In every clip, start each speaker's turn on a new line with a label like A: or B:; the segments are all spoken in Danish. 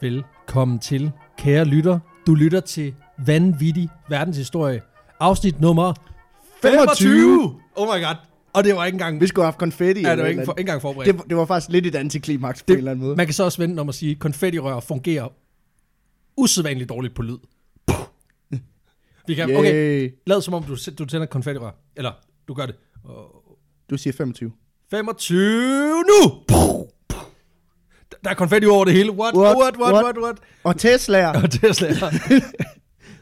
A: Velkommen til, kære lytter. Du lytter til Vanvittig Verdenshistorie, afsnit nummer 25. Oh my god. Og det var ikke engang,
B: Vi skulle have haft konfetti.
A: ja, det
B: eller
A: var
B: et
A: ikke,
B: eller
A: for, ikke
B: andet.
A: engang forberedt.
B: det, var- det var faktisk lidt et antiklimaks på det, en eller anden måde.
A: Man kan så også vente om at sige, at konfettirør fungerer usædvanligt dårligt på lyd. Puh. Vi kan, okay,
B: Yay.
A: lad som om du, sæt- du tænder et konfettirør. Eller, du gør det.
B: Du siger 25.
A: 25 nu! Puh. Puh. Der- Der er konfetti over det hele. What, what,
B: What?
A: what, what, what?
B: What?
A: what, what?
B: Og Tesla'er.
A: Og Tesla.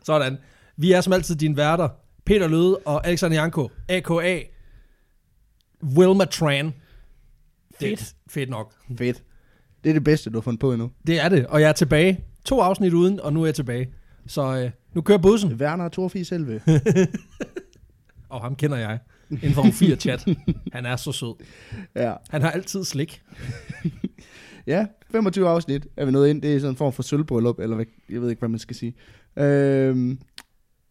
A: Sådan. Vi er som altid dine værter. Peter Løde og Alexander Janko, a.k.a. Wilma Tran. Fedt. Fedt nok.
B: Fedt. Det er det bedste, du har fundet på endnu.
A: Det er det, og jeg er tilbage. To afsnit uden, og nu er jeg tilbage. Så øh, nu kører bussen,
B: Werner og Torfi selve.
A: og ham kender jeg. Inden for 4 chat. Han er så sød.
B: ja.
A: Han har altid slik.
B: ja, 25 afsnit er vi nået ind. Det er sådan en form for sølvbryllup, eller hvad, jeg ved ikke, hvad man skal sige. Øhm,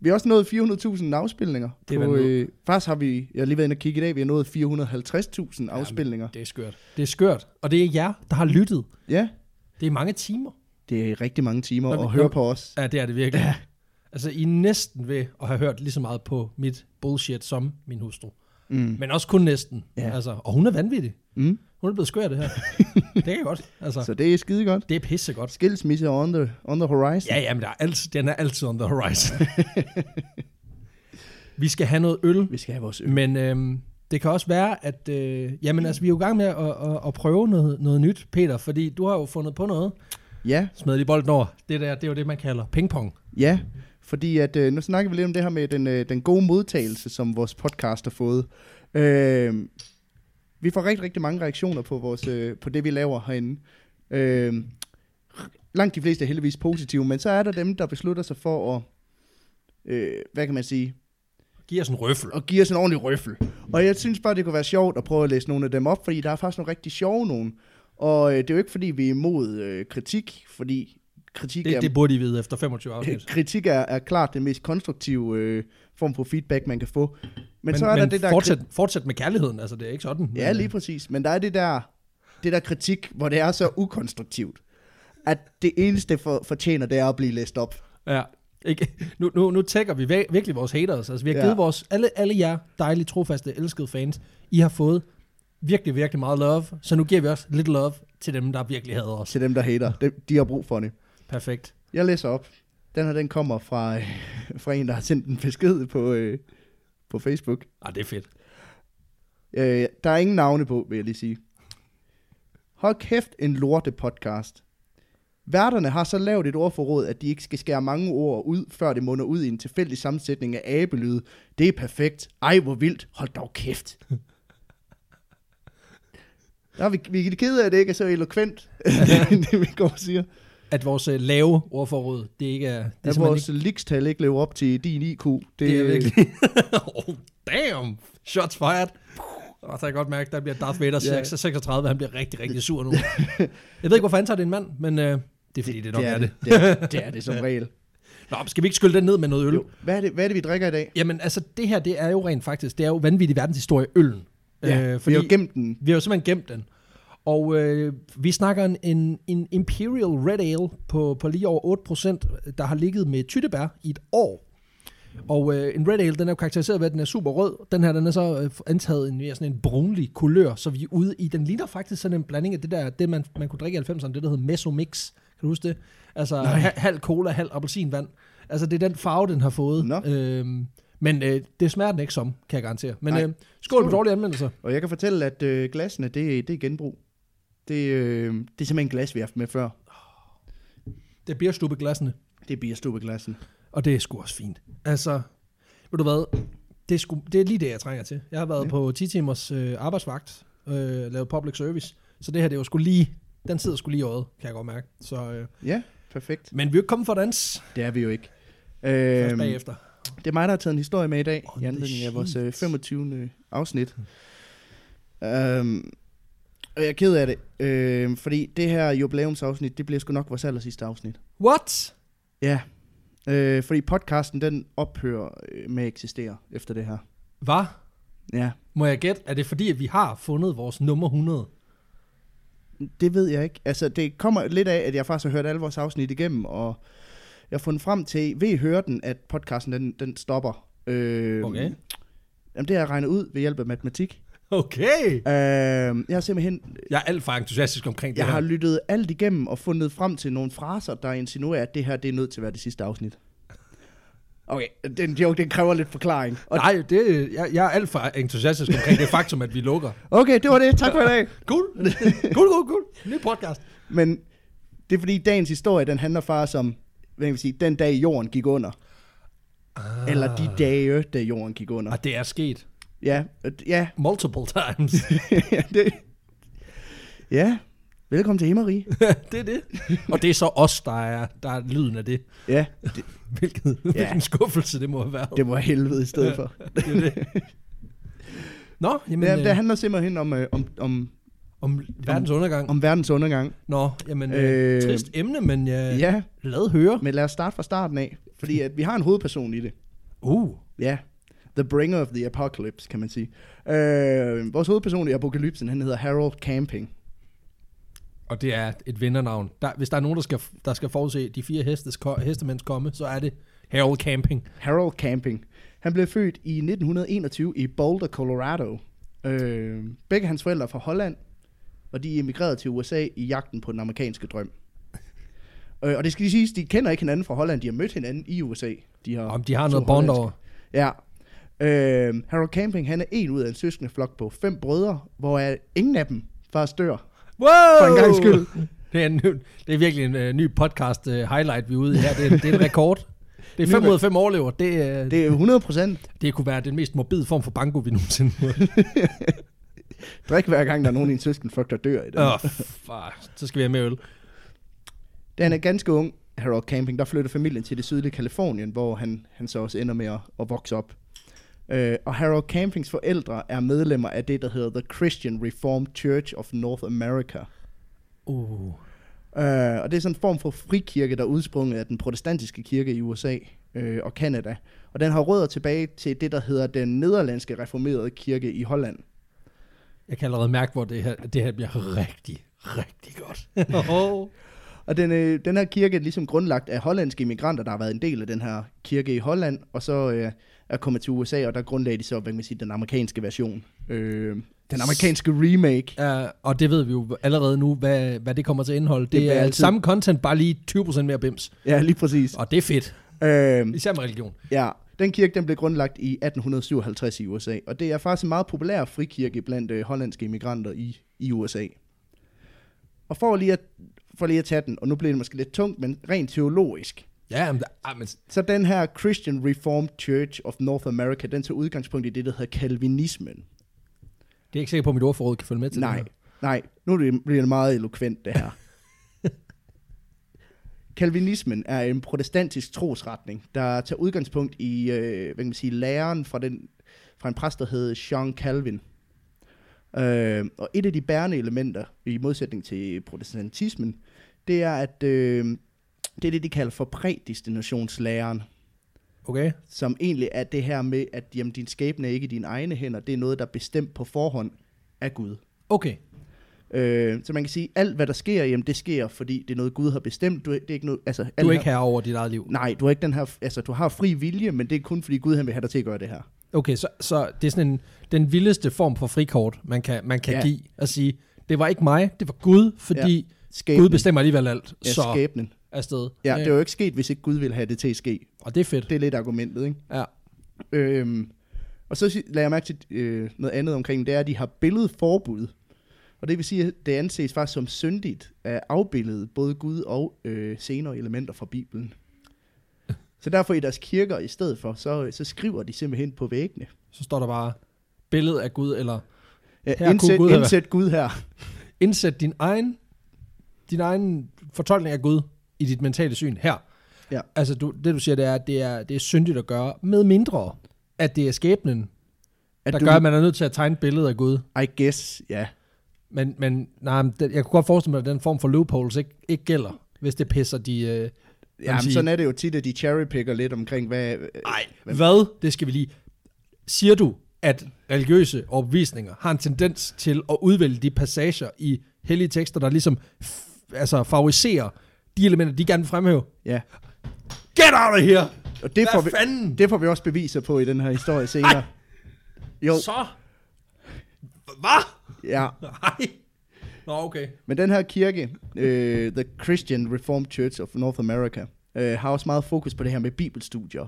B: vi har også nået 400.000 afspilninger.
A: Det er
B: på,
A: vanvittigt.
B: øh, faktisk har vi, jeg har lige været inde og kigge i dag, vi har nået 450.000 afspilninger.
A: Det er skørt. Det er skørt, og det er jer, der har lyttet.
B: Ja,
A: Det er mange timer.
B: det er rigtig mange timer
A: Når vi-
B: at høre
A: når-
B: på os.
A: Ja, det er det virkelig. Altså, I er næsten ved at have hørt lige så meget på mit bullshit som min hustru.
B: Mm.
A: Men også kun næsten. Ja.
B: Ja.
A: Altså, og hun er vanvittig.
B: Mm.
A: Hun er blevet skør af det her. det kan jeg godt. Altså,
B: Så det er skide godt.
A: det er pissegodt.
B: Skilsmisse er on the, on the horizon.
A: Ja, ja, men der er altid, den er altid on the horizon. vi skal have noget øl,
B: Vi skal have vores øl.
A: men øhm, det kan også være, at... Øh, jamen, altså, vi er jo i gang med at, at, at prøve noget, noget nyt, Peter, fordi du har jo fundet på noget.
B: Ja,
A: Smed lige bolden over. Det der, det er jo det, man kalder pingpong.
B: ja. Fordi at, øh, nu snakker vi lidt om det her med den, øh, den gode modtagelse, som vores podcast har fået. Øh, vi får rigtig, rigtig mange reaktioner på, vores, øh, på det, vi laver herinde. Øh, langt de fleste er heldigvis positive, men så er der dem, der beslutter sig for at, øh, hvad kan man sige,
A: Giv os en røffel.
B: og give os en ordentlig røffel. Og jeg synes bare, det kunne være sjovt at prøve at læse nogle af dem op, fordi der er faktisk nogle rigtig sjove nogen. Og øh, det er jo ikke, fordi vi er imod øh, kritik, fordi kritik er
A: Det, det burde I vide efter 25 afsnit.
B: kritik er, er klart den mest konstruktive øh, form for feedback, man kan få. Men, men så er
A: men
B: der det der...
A: fortsæt, fortsæt med kærligheden, altså det er ikke sådan.
B: Kri- ja,
A: men-
B: lige præcis. Men der er det der, det der kritik, hvor det er så ukonstruktivt, at det eneste for, fortjener, det er at blive læst op.
A: Ja. Ikke? Nu, nu, nu tækker vi væ- virkelig vores haters. Altså, vi har
B: Ja.
A: givet vores, alle, alle jer dejlige, trofaste, elskede fans, I har fået virkelig, virkelig meget love. Så nu giver vi også lidt love til dem, der virkelig hader os.
B: Til dem, der hater. De, de har brug for det.
A: Perfekt.
B: Jeg læser op. Den her, den kommer fra, øh, fra en, der har sendt en besked på, øh, på Facebook.
A: Ah, det er fedt.
B: Øh, der er ingen navne på, vil jeg lige sige. Hold kæft, en lorte podcast. Værterne har så lavt et ordforråd, at de ikke skal skære mange ord ud, før det munder ud i en tilfældig sammensætning af abelyde. Det er perfekt. Ej, hvor vildt. Hold dog kæft. Der er vi, vi er kede af, at det ikke er så eloquent, det vi går og siger.
A: At vores øh, lave ordforråd, det ikke er... Det er
B: At
A: simpelthen
B: vores ligstal ikke lever op til din IQ. Det,
A: ikke, det er virkelig... oh, damn! Shots fired! Og så kan jeg godt mærke, der bliver Darth Vader
B: Ja.
A: 6 36, han bliver rigtig, rigtig sur nu. Jeg ved ikke, hvorfor han tager det en mand, men øh, det er fordi, det, nok er det.
B: Det er det, det, er det som regel.
A: Nå, skal vi ikke skylle den ned med noget øl?
B: Jo. Hvad, er det, hvad er det, vi drikker i dag?
A: Jamen, altså, det her, det er jo rent faktisk, det er jo vanvittig verdenshistorie, øllen.
B: Ja,
A: øh,
B: vi
A: fordi
B: har jo gemt den
A: vi har jo simpelthen gemt den. Og øh, vi snakker en, en, en Imperial Red Ale på, på lige over 8%, der har ligget med tyttebær i et år. Og øh, en Red Ale, den er jo karakteriseret ved, at den er super rød. Den her, den er så øh, antaget en mere sådan en brunlig kulør, så vi er ude i, den ligner faktisk sådan en blanding af det der, det man, man kunne drikke i 90'erne, det der hedder Mesomix. Kan du huske det? Altså ha- halv cola, halv appelsinvand. Altså det er den farve, den har fået.
B: Nå.
A: Øhm, men øh, det smager den ikke som, kan jeg garantere. Men øh,
B: Nej.
A: skål, med
B: Skål.
A: dårlige anmeldelser.
B: Og jeg kan fortælle, at øh, glassene, det, det er genbrug. Det, øh, det er simpelthen glas, vi har haft med før.
A: Det bliver stubbeglassene.
B: Det er bierstubeglassen.
A: Og det er sgu også fint. Altså, ved du hvad, det er, sgu, det er lige det, jeg trænger til. Jeg har været ja.
B: Ja.
A: på 10 timers øh, arbejdsvagt, øh, lavet public service, så det her, det var sgu lige, den sidder sgu lige i øjet, kan jeg godt mærke. Så, øh,
B: Ja, perfekt.
A: men vi er jo ikke kommet for at danse
B: Det er vi jo ikke.
A: øhm,
B: Øhm,
A: bagefter.
B: det er mig, der har taget en historie med i dag,
A: On
B: i
A: the
B: anledning af vores øh,
A: sheets.
B: 25. afsnit. Øhm, og jeg er ked af det, øhm, fordi det her jubilæumsafsnit, det bliver sgu nok vores aller sidste afsnit.
A: What?
B: Ja, øh, fordi podcasten, den ophører øh, med at eksistere efter det her.
A: Hvad?
B: Ja,
A: Må jeg gætte, er det fordi, at vi har fundet vores nummer 100?
B: Det ved jeg ikke. Altså, det kommer lidt af, at jeg faktisk har hørt alle vores afsnit igennem, og jeg har fundet frem til, ved I høre den, at podcasten den, den stopper. Øh,
A: Okay.
B: Jamen, det har jeg regnet ud ved hjælp af matematik.
A: Okay.
B: Øh, jeg har simpelthen
A: Jeg er alt for entusiastisk omkring det
B: jeg
A: her.
B: har lyttet alt igennem og fundet frem til nogle fraser, der insinuerer, at det her det er nødt til at være det sidste afsnit. Okay, den joke, den kræver lidt forklaring. Og-
A: Nej, det, jeg, jeg er alt for entusiastisk omkring det faktum, at vi lukker.
B: Okay, det var det. Tak for i dag.
A: Cool. Cool, cool, cool. Ny podcast.
B: Men det er fordi, dagens historie, den handler faktisk om, hvad kan man sige, den dag jorden gik under. Ah. Eller de dage, da jorden gik under.
A: Og det er sket
B: Ja, øh, ja,
A: multiple times.
B: det. Ja, velkommen til Himmerig.
A: det er det. Og det er så os, der er, der er lyden af det.
B: Ja, det,
A: Hvilket, ja. Hvilken skuffelse det må have været.
B: det var helvede i stedet for.
A: Det er det. Nå, jamen,
B: Men, ja, det
A: øh,
B: handler simpelthen om, øh, om, om,
A: om verdens undergang.
B: om verdens undergang.
A: Nå, jamen, øh,
B: Øh,
A: trist emne, men øh,
B: Ja,
A: lad høre.
B: men lad os starte fra starten af, fordi at vi har en hovedperson i det.
A: Uh,
B: Ja, The Bringer of the Apocalypse, kan man sige. Øh, vores hovedperson i Apokalypsen, han hedder Harold Camping.
A: og det er et vindernavn. Der, hvis der er nogen, der skal, der skal forudse de fire hestes, ko- hestemænds komme, så er det Harold Camping.
B: Harold Camping. Han blev født i 1921 i Boulder, Colorado. Øh, begge hans forældre er fra Holland, og de emigrerede til USA i jagten på den amerikanske drøm. Øh, og det skal lige siges, de kender ikke hinanden fra Holland, de har mødt hinanden i USA. De har,
A: Om de har
B: to
A: noget bond
B: hollandske-
A: over.
B: Ja. Øh, Harold Camping, han er en ud af en søskende flok på fem brødre, hvor ingen af dem faktisk dør.
A: Wow!
B: For en gangs skyld.
A: Det er, en, ny- det er virkelig en uh, ny podcast uh, highlight, vi er ude i her. Det er, det er en rekord. Det er
B: Ny
A: 5
B: re-
A: ud af 5 overlever. Det, uh, det.
B: Det er 100 procent.
A: det kunne være den mest morbide form for banko, vi nogensinde har.
B: Drik hver gang, der er nogen i en søsken flok, der dør i det.
A: Åh, fuck. Så skal vi have med øl.
B: Da han er ganske ung, Harold Camping, der flytter familien til det sydlige Kalifornien, hvor han, han så også ender med at, at vokse op. Øh, og Harold Campings forældre er medlemmer af det, der hedder The Christian Reformed Church of North America.
A: Uh.
B: Øh, og det er sådan en form for frikirke, der er udsprunget af den protestantiske kirke i USA øh, og Kanada. Og den har rødder tilbage til det, der hedder den nederlandske reformerede kirke i Holland.
A: Jeg kan allerede mærke, hvor det her, det her bliver rigtig, rigtig godt. oh.
B: Og den, øh, den her kirke er ligesom grundlagt af hollandske immigranter, der har været en del af den her kirke i Holland, og så øh, er kommet til USA, og der grundlagde de så, hvad kan man sige, den amerikanske version. Øh, den amerikanske remake.
A: uh, og det ved vi jo allerede nu, hvad, hvad det kommer til at indeholde. Det,
B: bliver
A: det er altid.
B: altid-
A: samme content, bare lige 20% mere bims.
B: Ja, lige præcis.
A: Og det er fedt.
B: Øh,
A: Især med religion.
B: ja, den kirke den blev grundlagt i 1857 i USA, og det er faktisk en meget populær frikirke blandt øh, hollandske immigranter i, i USA. Og for lige, at, for lige at tage den, og nu bliver det måske lidt tungt, men rent teologisk,
A: Ja, men, ah, men
B: Så den her Christian Reformed Church of North America, den tager udgangspunkt i det, der hedder kalvinismen.
A: det er ikke sikkert på, at mit ordforråd kan følge med til
B: Nej,
A: det her.
B: nej. Nu bliver det- bliver det meget eloquent, det her. Kalvinismen er en protestantisk trosretning, der tager udgangspunkt i, øh, hvad kan man sige, læren fra, den, fra en præst, der hed Jean Calvin. Øh, og et af de bærende elementer, i modsætning til protestantismen, det er, at øh, det er det, de kalder for prædestinationslæren.
A: Okay?
B: som egentlig er det her med, at jamen, din skæbne er ikke i dine egne hænder, det er noget, der er bestemt på forhånd af Gud.
A: Okay.
B: Øh, så man kan sige, alt hvad der sker, jamen, det sker, fordi det er noget, Gud har bestemt. Du, det er ikke noget, altså,
A: Du
B: alt
A: er ikke herre over dit eget liv.
B: Nej, du har ikke den her, altså du har fri vilje, men det er kun fordi Gud han vil have dig til at gøre det her.
A: Okay, så, så det er sådan en, den vildeste form for frikort, man kan, man kan ja.
B: Ja.
A: give at sige, det var ikke mig, det var Gud, fordi ja.
B: Skæbnen.
A: Gud bestemmer alligevel alt,
B: ja,
A: så
B: skæbnen.
A: afsted.
B: Ja, det er jo ikke sket, hvis ikke Gud ville have det til at ske.
A: Og det er fedt.
B: Det er lidt argumentet, ikke?
A: Ja.
B: Øhm, og så si- lader jeg mærke til øh, noget andet omkring, det er, at de har billedforbud. Og det vil sige, at det anses faktisk som syndigt at afbillede både Gud og øh, senere elementer fra Bibelen. Så derfor i deres kirker i stedet for, så, så skriver de simpelthen på væggene.
A: Så står der bare billede af Gud, eller
B: Ja,
A: Her kunne Gud
B: indsæt, Gud,
A: have-
B: indsæt Gud her.
A: indsæt din egen, din egen fortolkning af Gud i dit mentale syn her.
B: Ja.
A: Altså, du, det du siger, det er, at det er, det er syndigt at gøre, med mindre, at det er skæbnen,
B: At
A: der
B: du,
A: gør, at man er nødt til at tegne et billede af Gud.
B: I guess, ja.
A: Men, men nej, men den, jeg kunne godt forestille mig, at den form for loopholes ikke, ikke gælder, hvis det pisser de... Øh,
B: Jamen,
A: sige-
B: sådan er det jo tit, at de cherrypicker lidt omkring, hvad...
A: ej, hvad? Det skal vi lige... Siger du, at religiøse overbevisninger har en tendens til at udvælge de passager i hellige tekster, der ligesom f- altså favoriserer de elementer, de gerne vil fremhæve.
B: Ja.
A: Get out of here!
B: Og det får,
A: Hvad
B: vi,
A: fanden?
B: det får vi også beviser på i den her historie senere. Jo,
A: Så? Hvad?
B: ja.
A: Nej. Nå, okay.
B: Men den her kirke, øh, The Christian Reformed Church of North America, øh, har også meget fokus på det her med bibelstudier.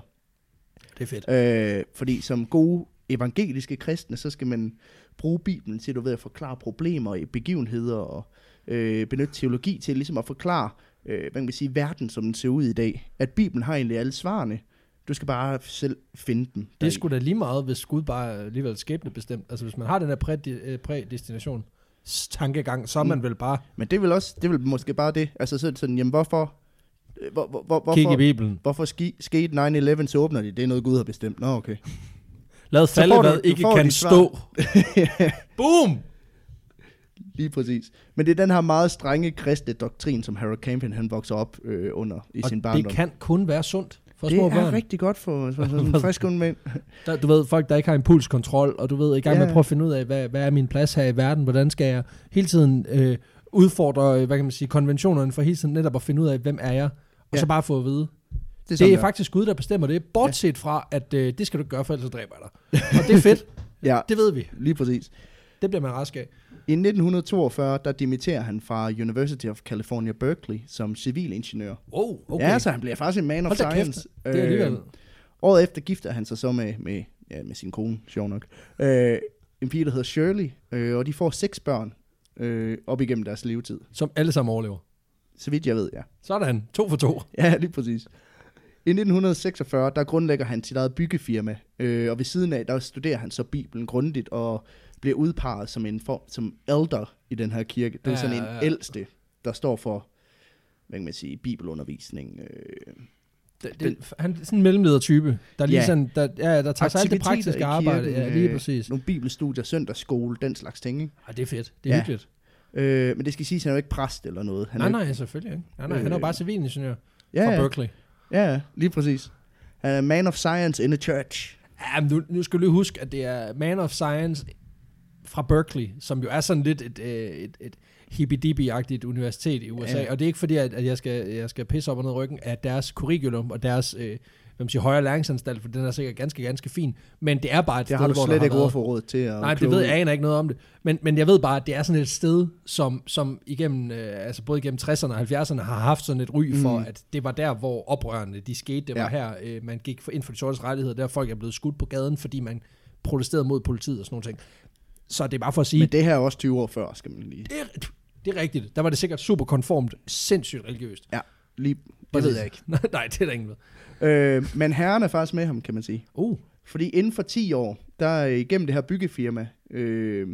A: Det er fedt.
B: Øh, fordi som gode evangeliske kristne, så skal man bruge Bibelen til du ved, at forklare problemer i begivenheder og øh, benytte teologi til ligesom at forklare øh, hvad kan man sige, verden, som den ser ud i dag. At Bibelen har egentlig alle svarene. Du skal bare selv finde dem.
A: Det er
B: deri.
A: sgu da lige meget, hvis Gud bare er alligevel skæbnebestemt. Altså, hvis man har den her prædi- øh, prædestination tankegang, så er
B: Mm.
A: man vel bare
B: Men det er vel også, det er vel måske bare det. Altså så er det sådan, jamen hvorfor, øh, hvor, hvor, hvor,
A: kigge i
B: hvorfor,
A: Bibelen.
B: hvorfor ski, skete 9-11, så åbner de. Det er noget, Gud har bestemt. Nå, okay.
A: Lad
B: Så
A: falde,
B: får du-
A: hvad
B: du
A: ikke
B: får
A: kan
B: dit svar.
A: stå. Boom!
B: Lige præcis. Men det er den her meget strenge kristne doktrin, som Harold Campion han vokser op øh, under i
A: Og
B: sin barndom.
A: det kan kun være sundt for
B: det
A: små
B: er
A: børn.
B: rigtig godt for, for sådan en frisk ung mand.
A: Der, du ved, folk, der ikke har impulskontrol, og du ved, i gang med
B: Ja.
A: at prøve at finde ud af, hvad, hvad er min plads her i verden, hvordan skal jeg hele tiden øh, udfordre, øh, hvad kan man sige, konventionerne, for hele tiden netop at finde ud af, hvem er jeg, og
B: Ja.
A: ja. så bare få at vide.
B: Det
A: Det er
B: sådan,
A: faktisk Gud, der bestemmer det, bortset fra, at øh, det skal du ikke gøre, for ellers så dræber jeg dig. Og det er fedt,
B: Ja,
A: det ved vi.
B: lige præcis.
A: Det bliver man rask af.
B: I 1942, der dimitterer han fra University of California, Berkeley, som civilingeniør.
A: Wow, okay.
B: Okay. Ja, så Øh. han bliver faktisk en man of
A: Hold da kæft,
B: science.
A: det er alligevel.
B: året efter gifter han sig så med, med, ja, med sin kone, sjov nok. Øh, en pige, der hedder Shirley, øh, og de får seks børn øh, op igennem deres levetid.
A: Som alle sammen overlever.
B: Så vidt jeg ved, ja.
A: Sådan, to for to.
B: Ja, lige præcis. I 1946, der grundlægger han sit eget byggefirma, øh, og ved siden af, der studerer han så Bibelen grundigt, og bliver udpeget som en form, som elder i den her kirke. Det er
A: Ja,
B: sådan en
A: ja, ja.
B: ældste, der står for, hvad kan man sige, bibelundervisning. Øh,
A: Det, det, han er sådan en mellemledertype, der lige
B: Ja.
A: ja. sådan, der, ja, der tager sig alt det
B: aktiviteter i
A: praktiske
B: kirken,
A: arbejde. Ja, lige
B: øh,
A: præcis.
B: Nogle bibelstudier, søndagsskole, den slags ting. Ikke?
A: Ej, det er fedt, det er
B: Ja.
A: ja. hyggeligt.
B: Øh, men det skal siges, at han er jo ikke præst eller noget. Han er
A: Nej,
B: jo
A: nej, selvfølgelig ikke. Nej, nej, han er jo
B: Øh,
A: bare civilingeniør
B: ikke,
A: fra
B: ja,
A: Berkeley.
B: ja, ja, lige præcis. Han er man of science in a church.
A: Ja, men nu, nu skal du lige huske, at det er Man of Science fra Berkeley, som jo er sådan lidt et, øh, et, et hippie-dippie-agtigt universitet i USA.
B: Ja.
A: Ja. Og det er ikke fordi, at, at jeg, skal, jeg skal pisse op og ned i ryggen af deres curriculum og deres øh, hvad man siger, højere læringsanstalt, for den er sikkert ganske, ganske fin. Men det er bare et
B: Det
A: sted,
B: har du
A: hvor
B: slet
A: der
B: ikke
A: været-
B: ordforråd til. At
A: Nej, det
B: kloge
A: ved
B: i.
A: jeg, jeg aner ikke noget om det. Men, men jeg ved bare, at det er sådan et sted, som, som igennem, øh, altså både igennem 60'erne og 70'erne har haft sådan et ry for,
B: Mm.
A: mm. at det var der, hvor oprørende de skete. Det var
B: Ja.
A: ja. her, øh, man gik for, ind for de sortes rettigheder, der folk er blevet skudt på gaden, fordi man protesterede mod politiet og sådan nogle ting. Så det er bare for at sige,
B: Men
A: det,
B: det her er også 20 år før, skal man lige...
A: det, er, det er rigtigt. Der var det sikkert super konformt, sindssygt religiøst.
B: lige det ved jeg ikke.
A: Nej, nej, det er der ingen ved.
B: Øh, men herren er faktisk med ham, kan man sige.
A: Uh,
B: Fordi inden for 10 år, der er igennem det her byggefirma, øh,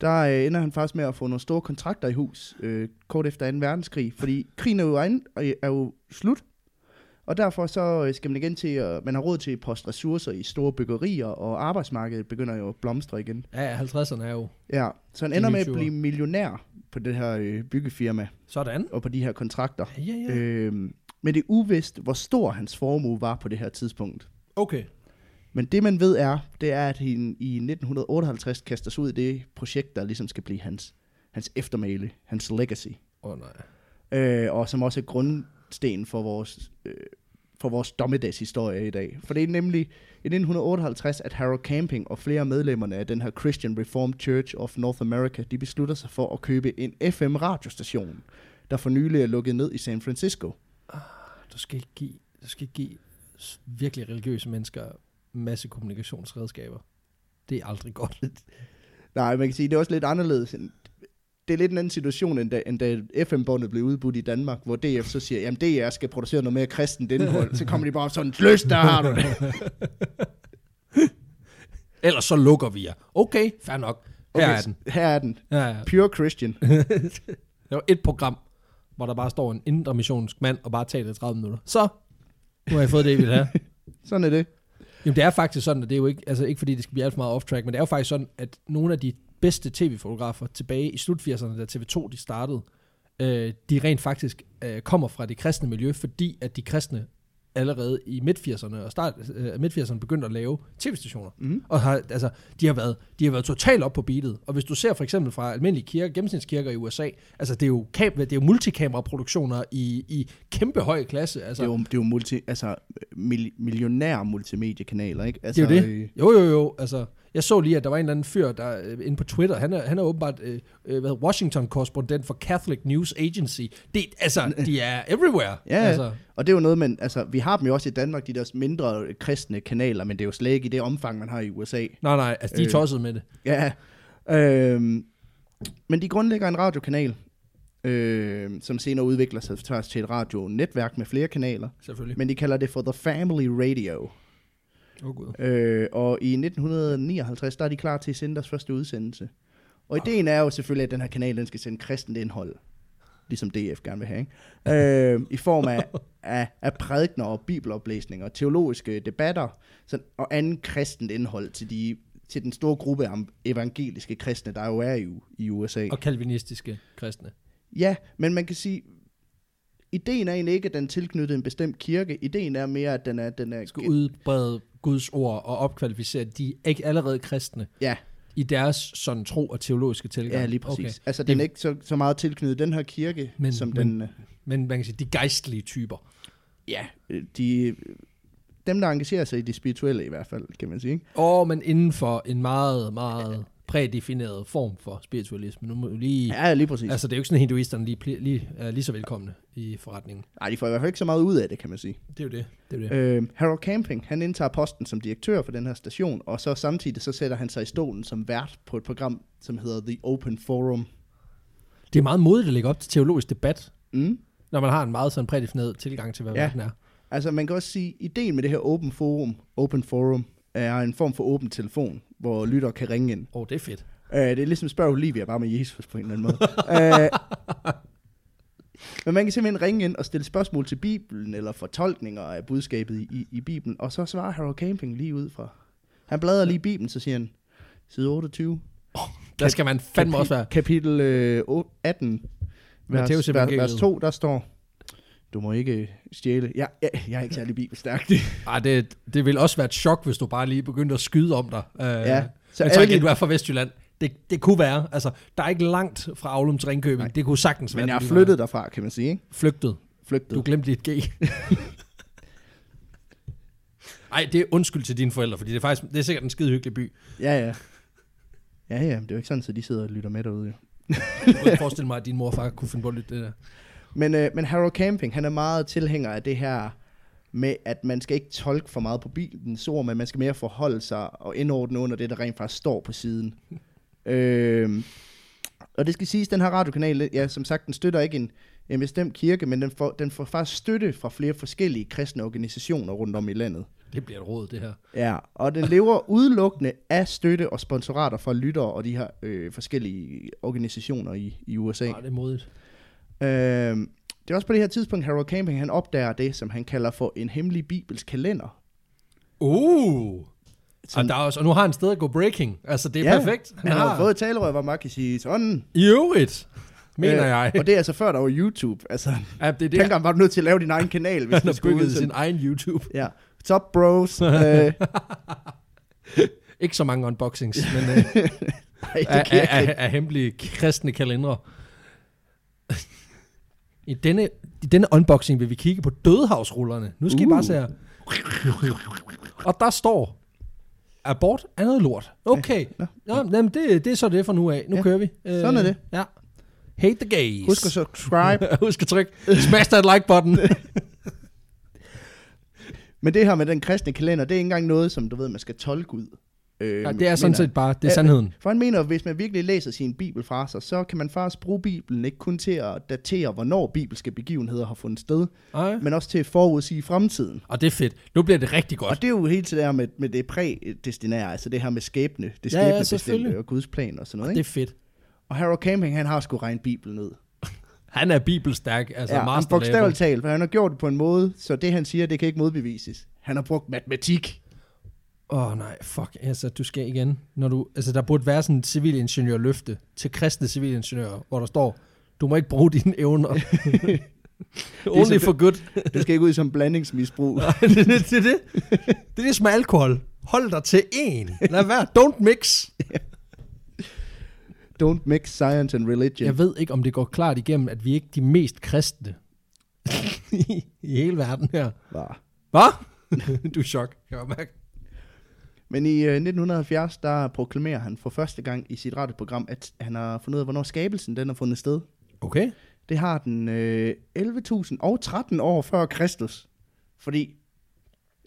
B: der øh, ender han faktisk med at få nogle store kontrakter i hus, øh, kort efter 2. verdenskrig. Fordi krigen er jo, egen, og er jo slut, og derfor så øh, skal man igen til, at man har råd til at poste ressourcer i store byggerier, og arbejdsmarkedet begynder jo at blomstre igen.
A: ja, 50'erne er jo
B: Ja, så han
A: De
B: ender med at
A: nytyver.
B: blive millionær på det her øh, byggefirma
A: sådan.
B: og på de her kontrakter.
A: Ja, ja. Øh.
B: Øhm, men det er uvist, hvor stor hans formue var på det her tidspunkt.
A: Okay.
B: Men det man ved er, det er, at han i 1958 kaster sig ud i det projekt, der ligesom skal blive hans, hans eftermæle, hans legacy.
A: Åh oh, nej.
B: Øh, og som også er grundsten for vores, øh, for vores dommedagshistorie i dag. For det er nemlig i 1958, at Harold Camping og flere af medlemmerne af den her Christian Reformed Church of North America, de beslutter sig for at købe en FM-radiostation, der for nylig er lukket ned i San Francisco.
A: Du skal ikke give, du skal ikke give s- virkelig religiøse mennesker masse kommunikationsredskaber. Det er aldrig godt.
B: Nej, man kan sige, det er også lidt anderledes. end- Det er lidt en anden situation, end da, end da FM-båndet blev udbudt i Danmark, hvor DF så siger, jamen DR skal producere noget mere kristent indhold. Så kommer de bare op sådan, løs, der har du det.
A: Ellers så lukker vi jer. Okay, fair nok. Her okay. er den.
B: Her er den.
A: Ja, ja.
B: Pure Christian.
A: Det var et program, hvor der bare står en indre missionsk mand og bare taler i 30 minutter. Så, nu har jeg fået det, jeg ville have.
B: Sådan er det.
A: Jamen, det er faktisk sådan, at det er jo ikke, altså ikke fordi det skal blive alt for meget off-track, men det er jo faktisk sådan, at nogle af de bedste tv-fotografer tilbage i slut 80'erne, da TV2 de startede, øh, de rent faktisk øh, kommer fra det kristne miljø, fordi at de kristne allerede i midt-80'erne og start, øh, midt-80'erne begyndte at lave tv-stationer.
B: Mm.
A: Og har, altså, de, har været, de har været totalt op på beatet. Og hvis du ser for eksempel fra almindelige kirker, gennemsnitskirker i USA, altså det er jo, kam- det er jo multikamera-produktioner i, i kæmpe høj klasse. Altså,
B: Det er jo, det er jo multi, altså, mil, millionær multimediekanaler, ikke? Altså,
A: Det er jo det.
B: øh,
A: Jo, jo, jo. Altså, jeg så lige, at der var en eller anden fyr, der øh, inde på Twitter, han er, han er åbenbart øh, øh, hvad hedder, Washington-korrespondent for Catholic News Agency. Det, altså, de er everywhere.
B: Ja,
A: altså,
B: Og det er jo noget, man, altså, vi har dem jo også i Danmark, de der mindre kristne kanaler, men det er jo slet ikke i det omfang, man har i USA.
A: nej, nej, altså, de er
B: Øh.
A: tosset med det.
B: Ja. Øhm, men de grundlægger en radiokanal, øhm, som senere udvikler sig tværs til et radionetværk med flere kanaler.
A: Selvfølgelig.
B: Men de kalder det for The Family Radio.
A: Åh, oh, gud.
B: Øh, og i 1959, der er de klar til at sende deres første udsendelse. Og ideen er jo selvfølgelig, at den her kanal, den skal sende kristent indhold. Ligesom DF gerne vil have, ikke? Øh, I form af, af, af prædikner og bibeloplæsninger, teologiske debatter sådan, og anden kristent indhold til, de, til den store gruppe af evangeliske kristne, der jo er i, U- i USA.
A: Og kalvinistiske kristne.
B: Ja, men man kan sige, ideen er egentlig ikke, at den er tilknyttet en bestemt kirke. Ideen er mere, at den er... Den er
A: Skal udbrede Guds ord og opkvalificere de ikke allerede kristne
B: Ja,
A: i deres sådan tro og teologiske tilgang.
B: Ja, lige præcis. Okay. Altså, den
A: Det-
B: er ikke så, så meget tilknyttet den her kirke,
A: Men-
B: men, som
A: men-
B: den... øh,
A: Men man kan sige, de gejstlige typer.
B: Ja, øh, de, øh, dem, der engagerer sig i det spirituelle i hvert fald, kan man sige. Ikke?
A: Og men inden for en meget, meget prædefineret form for spiritualisme. Nu må du lige...
B: Ja, lige præcis. Altså,
A: Altså, det er jo ikke sådan, at hinduisterne lige, pli- lige, er lige så velkomne i forretningen.
B: Ej, de får i hvert fald ikke så meget ud af det, kan man sige.
A: Det er jo det. det, er jo det.
B: Ja. Øh, Harold Camping, han indtager posten som direktør for den her station, og så samtidig så sætter han sig i stolen som vært på et program, som hedder The Open Forum.
A: det er meget modigt at lægge op til teologisk debat,
B: Mm?
A: når man har en meget sådan prædefineret tilgang til, hvad ja.
B: Ja.
A: verden er.
B: Altså, man kan også sige, ideen med det her Open Forum, Open Forum er en form for åben telefon, hvor lyttere kan ringe ind.
A: Åh, oh, det er fedt.
B: Øh, det er ligesom spørg Olivia, bare med Jesus på en eller anden måde. øh, men man kan simpelthen ringe ind og stille spørgsmål til Bibelen, eller fortolkninger af budskabet i, i, i Bibelen, og så svarer Harold Camping lige ud fra. Han bladrer lige i Bibelen, så siger han, side 28,
A: Der skal man fandme også være.
B: kapitel øh, o- 18, vers, vers,
A: Matthæusevangeliet.
B: vers 2, der står, du må ikke øh, stjæle. Jeg, jeg, jeg er ikke særlig bibelstærk.
A: Ej, det, det vil også være et chok, hvis du bare lige begyndte at skyde om dig. Øh, ja. Så
B: Ja, så
A: jeg tror ikke,
B: alle de-
A: at du er fra Vestjylland. Det, det kunne være. Altså, der er ikke langt fra Aulum til Ringkøbing. Nej.
B: Nej.
A: Det kunne sagtens være.
B: Men jeg
A: det
B: er
A: ville
B: flyttet derfra, kan man sige. Ikke?
A: være. Flygtet.
B: Flygtet.
A: Du glemte dit G. Ej, det er undskyld til dine forældre, fordi det er faktisk det er sikkert en skide hyggelig by.
B: Ja, ja. Ja, ja, men det er jo ikke sådan, at de sidder og lytter med derude. Jo.
A: Jeg kunne ikke forestille mig, at din mor og far kunne finde på lidt det der.
B: Men, øh, men Harold Camping, han er meget tilhænger af det her med, at man skal ikke tolke for meget på bilens ord, men man skal mere forholde sig og indordne under det, der rent faktisk står på siden. øhm, og det skal siges, den her radiokanal, ja, som sagt, den støtter ikke en, en bestemt kirke, men den får, den får faktisk støtte fra flere forskellige kristne organisationer rundt om i landet.
A: Det bliver et råd, det her.
B: Ja, og den lever udelukkende af støtte og sponsorater fra lyttere og de her øh, forskellige organisationer i, i USA.
A: Nej, det er modigt.
B: Øhm, det er også på det her tidspunkt, Harold Camping han opdager det, som han kalder for en hemmelig bibelsk kalender.
A: Uh! Og,
B: Sådan-
A: der er også, og nu har han sted at gå breaking. Altså, det er ja,
B: Ja,
A: perfekt.
B: Han har jo fået et talerør, hvor man kan sige sådan.
A: I øvrigt, mener øh, jeg,
B: Og det er altså før der var YouTube. Altså,
A: at det er
B: det
A: der,
B: dengang var du nødt til at lave din egen kanal, hvis
A: han
B: du
A: har
B: skulle ud
A: bygget
B: til.
A: sin egen YouTube.
B: Ja. Top bros. øh, ej,
A: Ikke så mange unboxings, men øh,
B: det
A: af,
B: kan
A: af,
B: jeg ikke.
A: af, af hemmelige kristne kalendere. I denne, I denne unboxing vil vi kigge på dødehavsrullerne. Nu skal uh. I
B: Uh.
A: bare se her. Og der står, abort er noget lort. Okay,
B: nå.
A: Nå, jamen, det, det er så det for nu af. Nu ja.
B: Ja,
A: kører vi. Øh,
B: sådan er det.
A: Ja. Hate the gays.
B: Husk at subscribe.
A: Husk at trykke. Smash that like button.
B: Men det her med den kristne kalender, det er ikke engang noget, som du ved, man skal tolke ud. Øh,
A: Nej, det er sådan
B: mener-
A: set bare, det er
B: Ja,
A: sandheden.
B: For han mener, at hvis man virkelig læser sin bibel fra sig, så kan man faktisk bruge bibelen ikke kun til at datere, hvornår bibelske begivenheder har fundet sted,
A: Ej.
B: men også til at forudsige fremtiden.
A: Og det er fedt. Nu bliver det rigtig
B: Og
A: godt.
B: det er jo helt det der med, med det prædestinære, altså det her med skæbne, det
A: Ja, ja,
B: skæbne
A: selvfølgelig.
B: og Guds plan og sådan noget.
A: Det
B: Ikke?
A: er fedt.
B: Og Harold Camping, han har sgu regnet bibelen ud.
A: Han er bibelstærk, altså ja,
B: Ja, han
A: master level.
B: bogstaveligt talt, for han har gjort det på en måde, så det han siger, det kan ikke modbevises. Han har brugt matematik.
A: Åh oh, nej, fuck. Altså, du skal igen. Når du, altså, der burde være sådan en civilingeniørløfte til kristne civilingeniører, hvor der står, du må ikke bruge dine evner. Only for good.
B: Det skal ikke ud som blandingsmisbrug.
A: Nej, det, det, det, det. det er ligesom med alkohol. Hold dig til en. Lad være. Don't mix.
B: Don't mix science and religion.
A: Jeg ved ikke, om det går klart igennem, at vi ikke er de mest kristne i, i hele verden her.
B: Nå.
A: Hvad? du er i chok, kan jeg mærke.
B: Men i øh, 1970, der proklamerer han for første gang i sit radioprogram, at han har fundet ud af, hvornår skabelsen den har fundet sted.
A: Okay.
B: Det har den øh, 11.000 og 13 år før Kristus. Fordi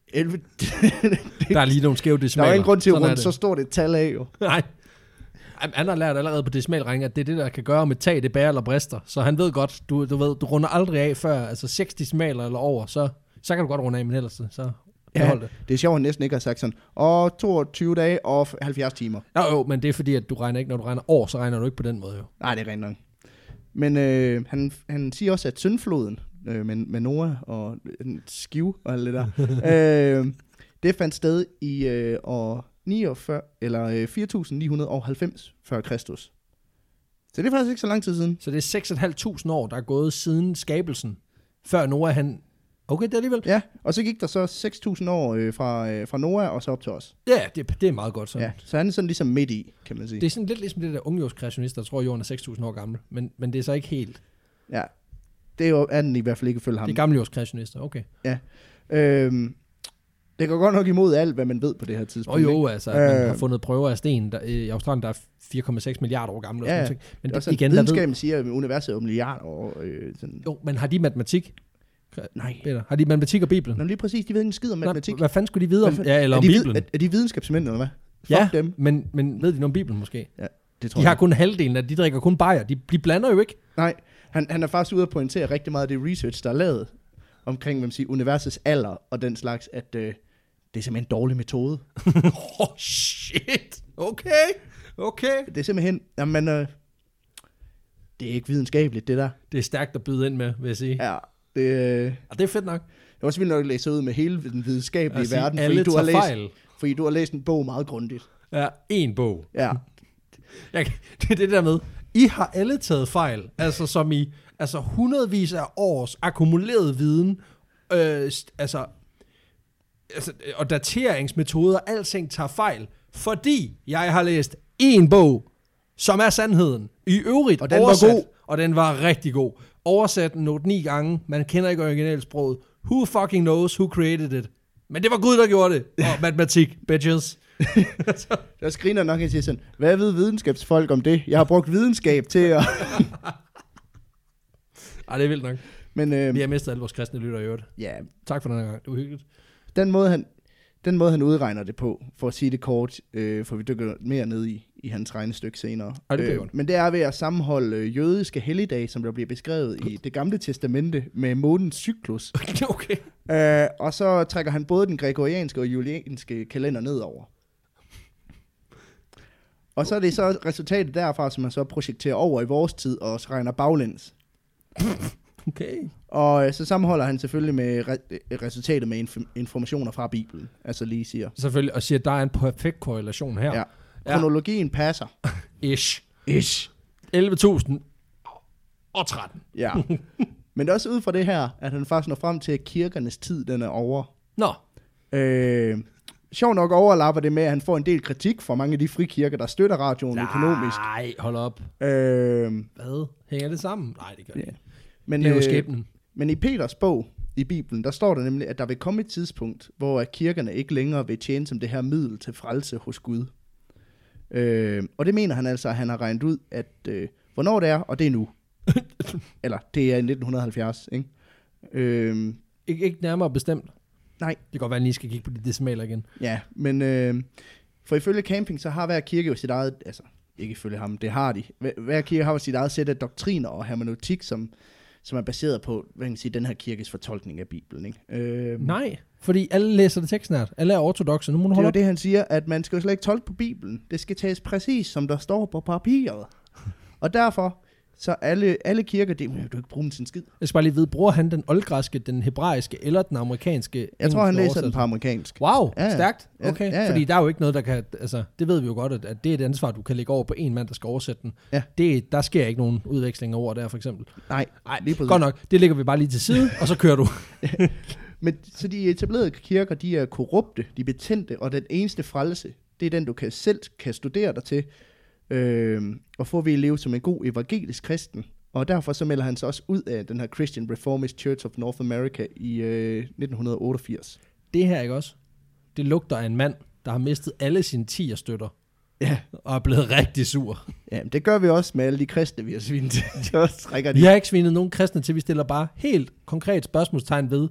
B: 11...
A: Der er lige nogle skæve
B: der
A: decimaler.
B: er jo ingen grund til at
A: Sådan er
B: runde
A: det.
B: så stort et tal af, jo.
A: Nej. Ej, Han har lært allerede på decimalringen, at det er det, der kan gøre, om et tag det bærer eller brister. Så han ved godt, du, du ved, du runder aldrig af før, altså 6 decimaler eller over, så, så kan du godt runde af, men ellers så- så
B: Ja.
A: ja. det.
B: Det er sjovt, at han næsten ikke har sagt sådan, og 22 dage og 70 timer.
A: Jo, jo, men det er fordi, at du regner ikke, når du regner år, så regner du ikke på den måde jo.
B: Nej, det er rent nok. Men øh, han, han siger også, at syndfloden øh, med, med Noah og øh, Skiv og alt det der, øh, det fandt sted i øh, år 49, eller øh, 4990 før Kristus. Så det er faktisk ikke så lang tid siden.
A: Så det er 6.500 år, der er gået siden skabelsen, før Noah han... Okay, det er alligevel...
B: Ja, og så gik der så 6.000 år øh, fra, øh, fra Noah og så op til os.
A: Ja, det, det er meget godt sådan.
B: Ja,
A: Ja.
B: så han er sådan ligesom midt i, kan man sige.
A: Det er sådan lidt ligesom det der ungjordskreationister, der tror, at jorden er 6.000 år gammel. Men, men det er så ikke helt.
B: Ja, det er jo er den i hvert fald ikke følge ham.
A: Det er gammeljordskreationister, okay.
B: Øhm, det går godt nok imod alt, hvad man ved på det her tidspunkt.
A: Og
B: ikke?
A: jo, altså, at man
B: Øh.
A: har fundet prøver af sten der, øh, i Australien, der er 4,6 milliarder år gamle.
B: Ja,
A: Ja, og sådan noget. Men
B: Det er
A: det,
B: også
A: igen,
B: igen,
A: der ved,
B: videnskaben siger, at universet er jo milliarder år. Øh, sådan.
A: jo, men har de matematik,
B: Nej.
A: Peter? Har de matematik og Bibelen?
B: Nå, lige præcis, de ved ikke en skid om matematik.
A: Nej, hvad fanden skulle de vide om,
B: Hvad
A: ja, eller
B: er,
A: om
B: de,
A: Bibelen?
B: vid- er, er de videnskabsmænd, eller hvad? Fuck
A: ja,
B: dem.
A: Men, men ved de noget om Bibelen måske?
B: Det tror
A: De har
B: jeg.
A: kun halvdelen af, de drikker kun bajer. De, de blander jo ikke.
B: Nej, han, han er faktisk ude at pointere rigtig meget af det research, der er lavet omkring hvad man siger, universets alder og den slags, at øh, det er simpelthen en dårlig metode.
A: oh, shit. Okay, okay.
B: Det er simpelthen, jamen, øh, det er ikke videnskabeligt, det der.
A: Det er stærkt at byde ind med, vil jeg sige. Ja.
B: Ja, det, øh,
A: Og det er fedt nok.
B: det er også vildt nok at læse sig ud med hele den videnskabelige
A: At sige,
B: verden,
A: alle
B: fordi du, har
A: tager
B: læst,
A: fejl.
B: fordi du har læst en bog meget grundigt.
A: Ja, en bog.
B: Ja,
A: Jeg, kan- det er det der med, I har alle taget fejl, altså som i altså hundredvis af års akkumuleret viden, øh, st- altså, altså, og dateringsmetoder, alting tager fejl, fordi jeg har læst én bog, som er sandheden, i øvrigt
B: Og den var
A: oversat,
B: god.
A: og den var rigtig god. Oversat den 8-9 gange, man kender ikke originalsproget. Who fucking knows who created it? Men det var Gud, der gjorde det. Og matematik, bitches. Altså,
B: der skriner nok, og siger sådan, hvad ved videnskabsfolk om det? Jeg har brugt videnskab til at...
A: Ej, det er vildt nok.
B: Men øh,
A: Vi har mistet alle vores kristne lytter i øvrigt.
B: ja,
A: Tak for den her gang. Det var hyggeligt.
B: den måde, han, den måde, han udregner det på, for at sige det kort, øh, for vi dykker mere ned i, i hans regnestykke senere. Øh,
A: Ej, det bliver godt.
B: men det er ved at sammenholde øh, jødiske helligdage, som der bliver beskrevet i det gamle testamente, med månens cyklus.
A: Okay.
B: Øh, og så trækker han både den gregorianske og julianske kalender nedover. Og så er det så resultatet derfra, som man så projekterer over i vores tid, og så regner baglæns.
A: Okay.
B: Og øh, så sammenholder han selvfølgelig med re- øh, resultatet med inf- informationer fra Bibelen, altså lige siger.
A: Selvfølgelig. Og siger, at der er en perfekt korrelation her.
B: Ja. Kronologien passer.
A: Ish.
B: Ish.
A: 11.000 og 13.
B: Ja. Men det er også ud fra det her, at han faktisk når frem til, at kirkernes tid, den er over.
A: Nå.
B: Øh, sjov nok overlapper det med, at han får en del kritik fra mange af de frikirker, der støtter radioen økonomisk.
A: Nej, hold op.
B: Øh,
A: Hvad? Hænger det sammen? Nej, det gør det
B: Ja.
A: ikke.
B: men,
A: Det er jo
B: øh,
A: skæbnen.
B: men i Peters bog i Bibelen, der står der nemlig, at der vil komme et tidspunkt, hvor at kirkerne ikke længere vil tjene som det her middel til frelse hos Gud. Øh, og det mener han altså, at han har regnet ud, at øh, hvornår det er, og det er nu. Eller det er i 1970, ikke? Øh,
A: Ikke, ikke nærmere bestemt.
B: Nej.
A: Det kan godt være, at jeg lige skal kigge på de decimaler igen.
B: Ja, men øh, for ifølge camping, så har hver kirke jo sit eget, altså ikke ifølge ham, det har de. Hver- Hver kirke har jo sit eget sæt af doktriner og hermeneutik, som, som er baseret på, hvad kan man sige, den her kirkes fortolkning af Bibelen. Ikke? Øh,
A: Nej, fordi alle læser det tekstnært. Alle er ortodoxe. Nu må du
B: Det er
A: holde
B: jo
A: op.
B: det, han siger, at man skal jo slet ikke tolke på Bibelen. Det skal tages præcis, som der står på papiret. Og derfor, Så alle, alle kirker, det du kan ikke bruge dem til en skid.
A: Jeg skal bare lige vide, bruger han den oldgræske, den hebraiske eller den amerikanske?
B: Jeg tror, han
A: engelske
B: læser den på amerikansk.
A: Wow, ja,
B: Ja, ja.
A: stærkt.
B: Ja,
A: Okay,
B: ja, ja.
A: fordi der er jo ikke noget, der kan... Altså, det ved vi jo godt, at, at det er et ansvar, du kan lægge over på en mand, der skal oversætte den.
B: Ja.
A: Det, der sker ikke nogen udveksling over der, for eksempel.
B: Nej,
A: Nej,
B: lige præcis.
A: Godt nok, det lægger vi bare lige til side, og så kører du.
B: Men så de etablerede kirker, de er korrupte, de er betændte, og den eneste frelse, det er den, du kan selv kan studere dig til, øh, og få ved at leve som en god evangelisk kristen. Og derfor så melder han sig også ud af den her Christian Reformist Church of North America i øh, 1988.
A: Det her, ikke også? Det lugter af en mand, der har mistet alle sine 10 støtter,
B: Ja,
A: og er blevet rigtig sur.
B: ja men det gør vi også med alle de kristne, vi har svinet til. Så trækker de.
A: Vi har ikke svinet nogen kristne til, vi stiller bare helt konkret spørgsmålstegn ved,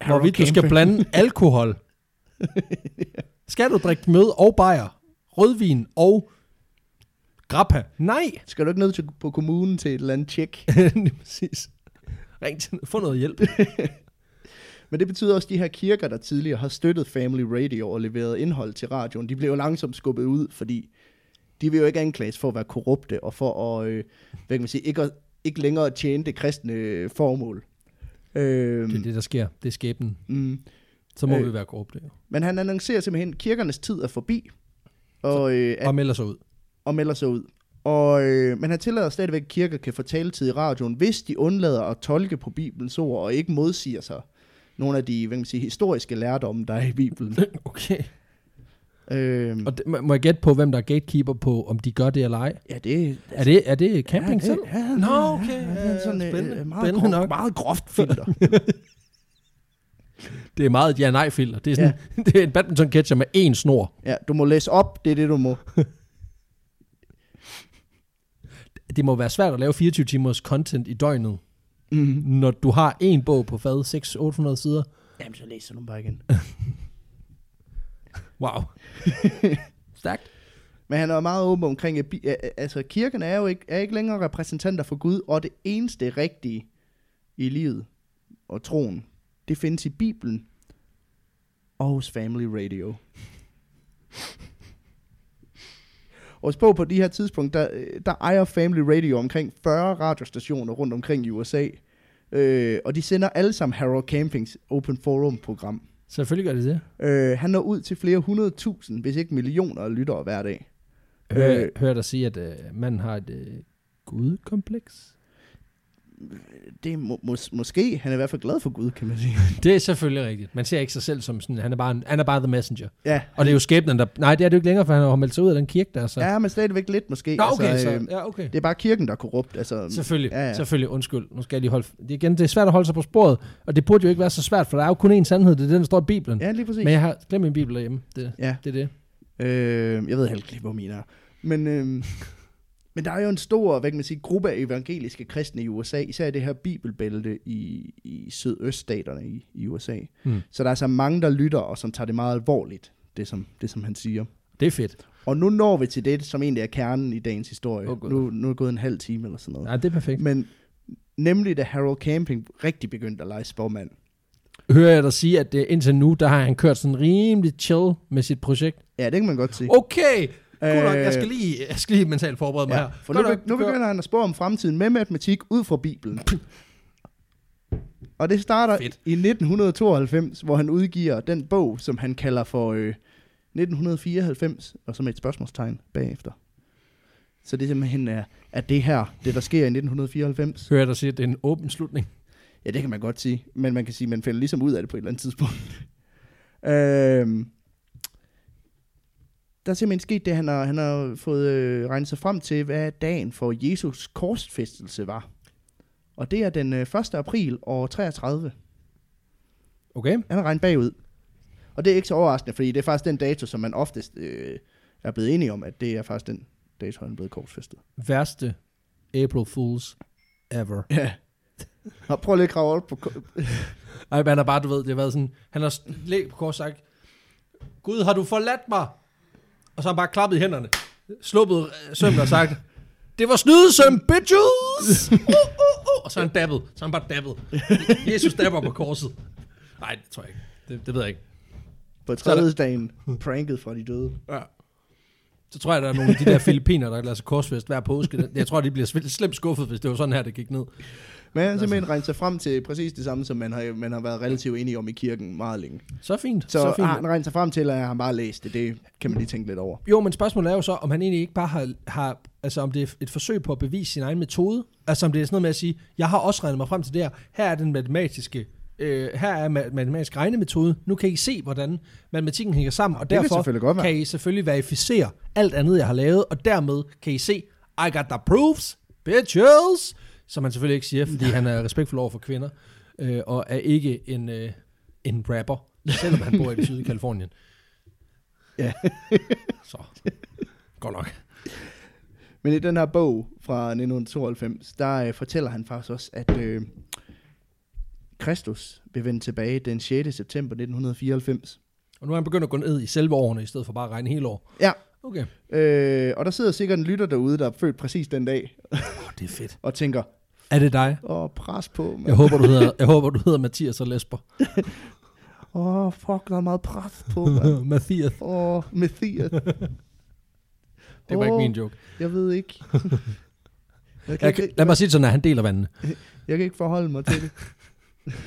B: Harold
A: hvorvidt du skal
B: Campbell.
A: blande alkohol. Skal du drikke mød og bajer, rødvin og grappa? Nej!
B: Skal du ikke ned til, på kommunen til et eller andet tjek?
A: Lige præcis. Ring til, få noget hjælp.
B: Men det betyder også, at de her kirker, der tidligere har støttet Family Radio og leveret indhold til radioen, de blev jo langsomt skubbet ud, fordi de vil jo ikke anklages for at være korrupte og for at, øh, hvad kan man sige, ikke, at, ikke længere at tjene det kristne øh, formål. Øh,
A: Det er det, der sker. Det er skæbnen.
B: mm.
A: Så må
B: Øh,
A: øh, vi være korrupte. jo.
B: Men han annoncerer simpelthen, at kirkernes tid er forbi, og, øh, at,
A: Og melder sig ud.
B: og melder sig ud. Og, øh, men han tillader stadigvæk, at kirker kan få taletid i radioen, hvis de undlader at tolke på Bibelens ord og ikke modsiger sig nogle af de hvad kan man sige, historiske lærdomme, der er i Bibelen.
A: Okay.
B: Øhm,
A: Og det, må- må jeg gætte på, hvem der er gatekeeper på, om de gør det eller ej?
B: Ja, det
A: Er det, er det camping
B: ja,
A: selv?
B: det, ja,
A: Nå,
B: ja,
A: okay.
B: ja,
A: Ja,
B: ja, sådan, øh,
A: spændende.
B: øh, meget,
A: Spændende
B: groft,
A: nok.
B: meget groft filter.
A: Det er meget et ja-nej-filter. Det er, sådan, ja. det er en badminton catcher med én snor.
B: ja, du må læse op, det er det, du må.
A: Det må være svært at lave 24 timers content i døgnet,
B: Mm-hmm.
A: når du har en bog på fad, 600-800 sider.
B: Jamen, så læser du bare igen.
A: Wow. Stærkt.
B: Men han er jo meget åben omkring, at bi- a- a- altså, kirken er jo ikke, er ikke længere repræsentanter for Gud, og det eneste rigtige i livet og troen, det findes i Bibelen og hos Family Radio. Og spå på de her tidspunkt, der, øh, der ejer Family Radio omkring 40 radiostationer rundt omkring i USA. Øh, og de sender alle sammen Harold Campings Open Forum-program.
A: Selvfølgelig gør det det.
B: Øh, han når ud til flere hundredtusind, hvis ikke millioner af lyttere hver dag.
A: Hør,
B: Øh.
A: øh. hør dig sige, at øh, manden har et øh, gudkompleks.
B: det må, mås, måske, han er i hvert fald glad for Gud, kan man sige.
A: Det er selvfølgelig rigtigt. Man ser ikke sig selv som sådan, han er bare, en, han er bare the messenger.
B: ja,
A: Og det er jo skæbnen, der... Nej, det er det jo ikke længere, for han har meldt sig ud af den kirke der, så...
B: ja, men stadigvæk lidt måske.
A: Nå, okay,
B: altså, øh,
A: så, ja, okay.
B: Det er bare kirken, der er korrupt. Altså,
A: Selvfølgelig,
B: Ja,
A: ja,
B: ja.
A: ja. selvfølgelig. Undskyld, nu skal jeg lige holde... Det, igen, det er svært at holde sig på sporet, og det burde jo ikke være så svært, for der er jo kun én sandhed, det er den, der står i Bibelen. Ja,
B: ja, lige præcis.
A: Men jeg har glemt min Bibel derhjemme. Det,
B: Ja.
A: det er det.
B: Øh, jeg ved heller ikke, hvor mine er. Men, øh, men der er jo en stor hvad kan man sige, gruppe af evangeliske kristne i USA, især i det her bibelbælte i, i sydøststaterne i, i USA.
A: Mm.
B: Så der er så mange, der lytter, og som tager det meget alvorligt, det som, det som han siger.
A: Det er fedt.
B: Og nu når vi til det, som egentlig er kernen i dagens historie.
A: Åh, Gud.
B: nu, nu er det gået en halv time eller sådan noget.
A: Ja, det er perfekt.
B: Men nemlig da Harold Camping rigtig begyndte at lege spormand.
A: Hører jeg dig sige, at øh, indtil nu, der har han kørt sådan rimelig chill med sit projekt.
B: Ja, det kan man godt sige.
A: Okay,
B: Øh,
A: øh, nok, jeg skal lige, jeg skal lige mentalt forberede mig
B: ja,
A: her.
B: for nu,
A: Godt
B: be-
A: nok,
B: nu
A: du gør-
B: begynder han at spå om fremtiden med matematik ud fra Bibelen. Og det starter
A: Fedt.
B: i 1992, hvor han udgiver den bog, som han kalder for øh, 1994, og som er et spørgsmålstegn bagefter. Så det er simpelthen øh, er, at det her, det der sker i 1994,
A: Hører jeg dig sige, at det er en åben slutning.
B: Ja, det kan man godt sige. Men man kan sige, at man finder ligesom ud af det på et eller andet tidspunkt. øhm, der er simpelthen sket det, han har, han har fået øh, regnet sig frem til, hvad dagen for Jesus korsfæstelse var. Og det er den øh, 1. april år 33.
A: Okay?
B: Han har regnet bagud. Og det er ikke så overraskende, fordi det er faktisk den dato, som man oftest øh, er blevet enige om, at det er faktisk den dato, han er blevet korsfæstet.
A: Værste April Fools ever.
B: Ja. Og prøv lige at grave op på... ko-
A: Ej, men han har bare, du ved, det har været sådan, han har læg på kort sagt, Gud, har du forladt mig? Og så har han bare klappet i hænderne, sluppet øh, sømmen og sagt, det var snydesøm, bitches! Uh, uh, uh. Og så er han dabbet, så er han bare dabbet. Jesus dabber på korset. Nej, det tror jeg ikke. Det, det ved jeg ikke.
B: På tredje dagen, pranket fra de døde.
A: Ja. Så tror jeg, der er nogle af de der filipiner, der lader sig korsfest hver påske. Jeg tror, de bliver sl- slemt skuffet, hvis det var sådan her, det gik ned.
B: Man har simpelthen regnet sig frem til præcis det samme, som man har, man har været relativt enige om i kirken meget længe.
A: Så fint.
B: Så, så
A: fint.
B: har han regnet sig frem til, at han bare har læst det. Det kan man lige tænke lidt over.
A: Jo, men spørgsmålet er jo så, om han egentlig ikke bare har, har altså om det er et forsøg på at bevise sin egen metode. Altså om det er sådan noget med at sige, jeg har også regnet mig frem til det her. Her er den matematiske, øh, her er ma- matematisk regnemetode. Nu kan I se, hvordan matematikken hænger sammen, og
B: det kan
A: derfor
B: selvfølgelig godt være.
A: kan I selvfølgelig verificere alt andet, jeg har lavet, og dermed kan I se, I got the proofs, bitches, som han selvfølgelig ikke siger, fordi han er respektfuld over for kvinder, øh, og er ikke en, øh, en rapper, selvom han bor i det syde i Kalifornien.
B: Ja.
A: Så. Godt nok.
B: Men i den her bog fra 1992, der øh, fortæller han faktisk også, at øh, Kristus vil vende tilbage den 6. september 1994.
A: Og nu er han begyndt at gå ned i selve årene, i stedet for bare at regne hele år.
B: Ja,
A: Okay.
B: øh, og der sidder sikkert en lytter derude, der er født præcis den dag,
A: Oh, det er fedt.
B: og tænker,
A: Er det dig?
B: åh, pres på,
A: Jeg
B: mand.
A: håber, du hedder, jeg håber, du hedder Mathias og Lesber.
B: Åh, fuck, der er meget pres på, mand.
A: Mathias.
B: Åh, Mathias.
A: Det var oh. ikke
B: Åh,
A: min joke.
B: Jeg ved ikke. Jeg kan,
A: Jeg, kan-
B: ikke,
A: lad mig sige det sådan, at han deler vandene.
B: jeg kan ikke forholde mig til det.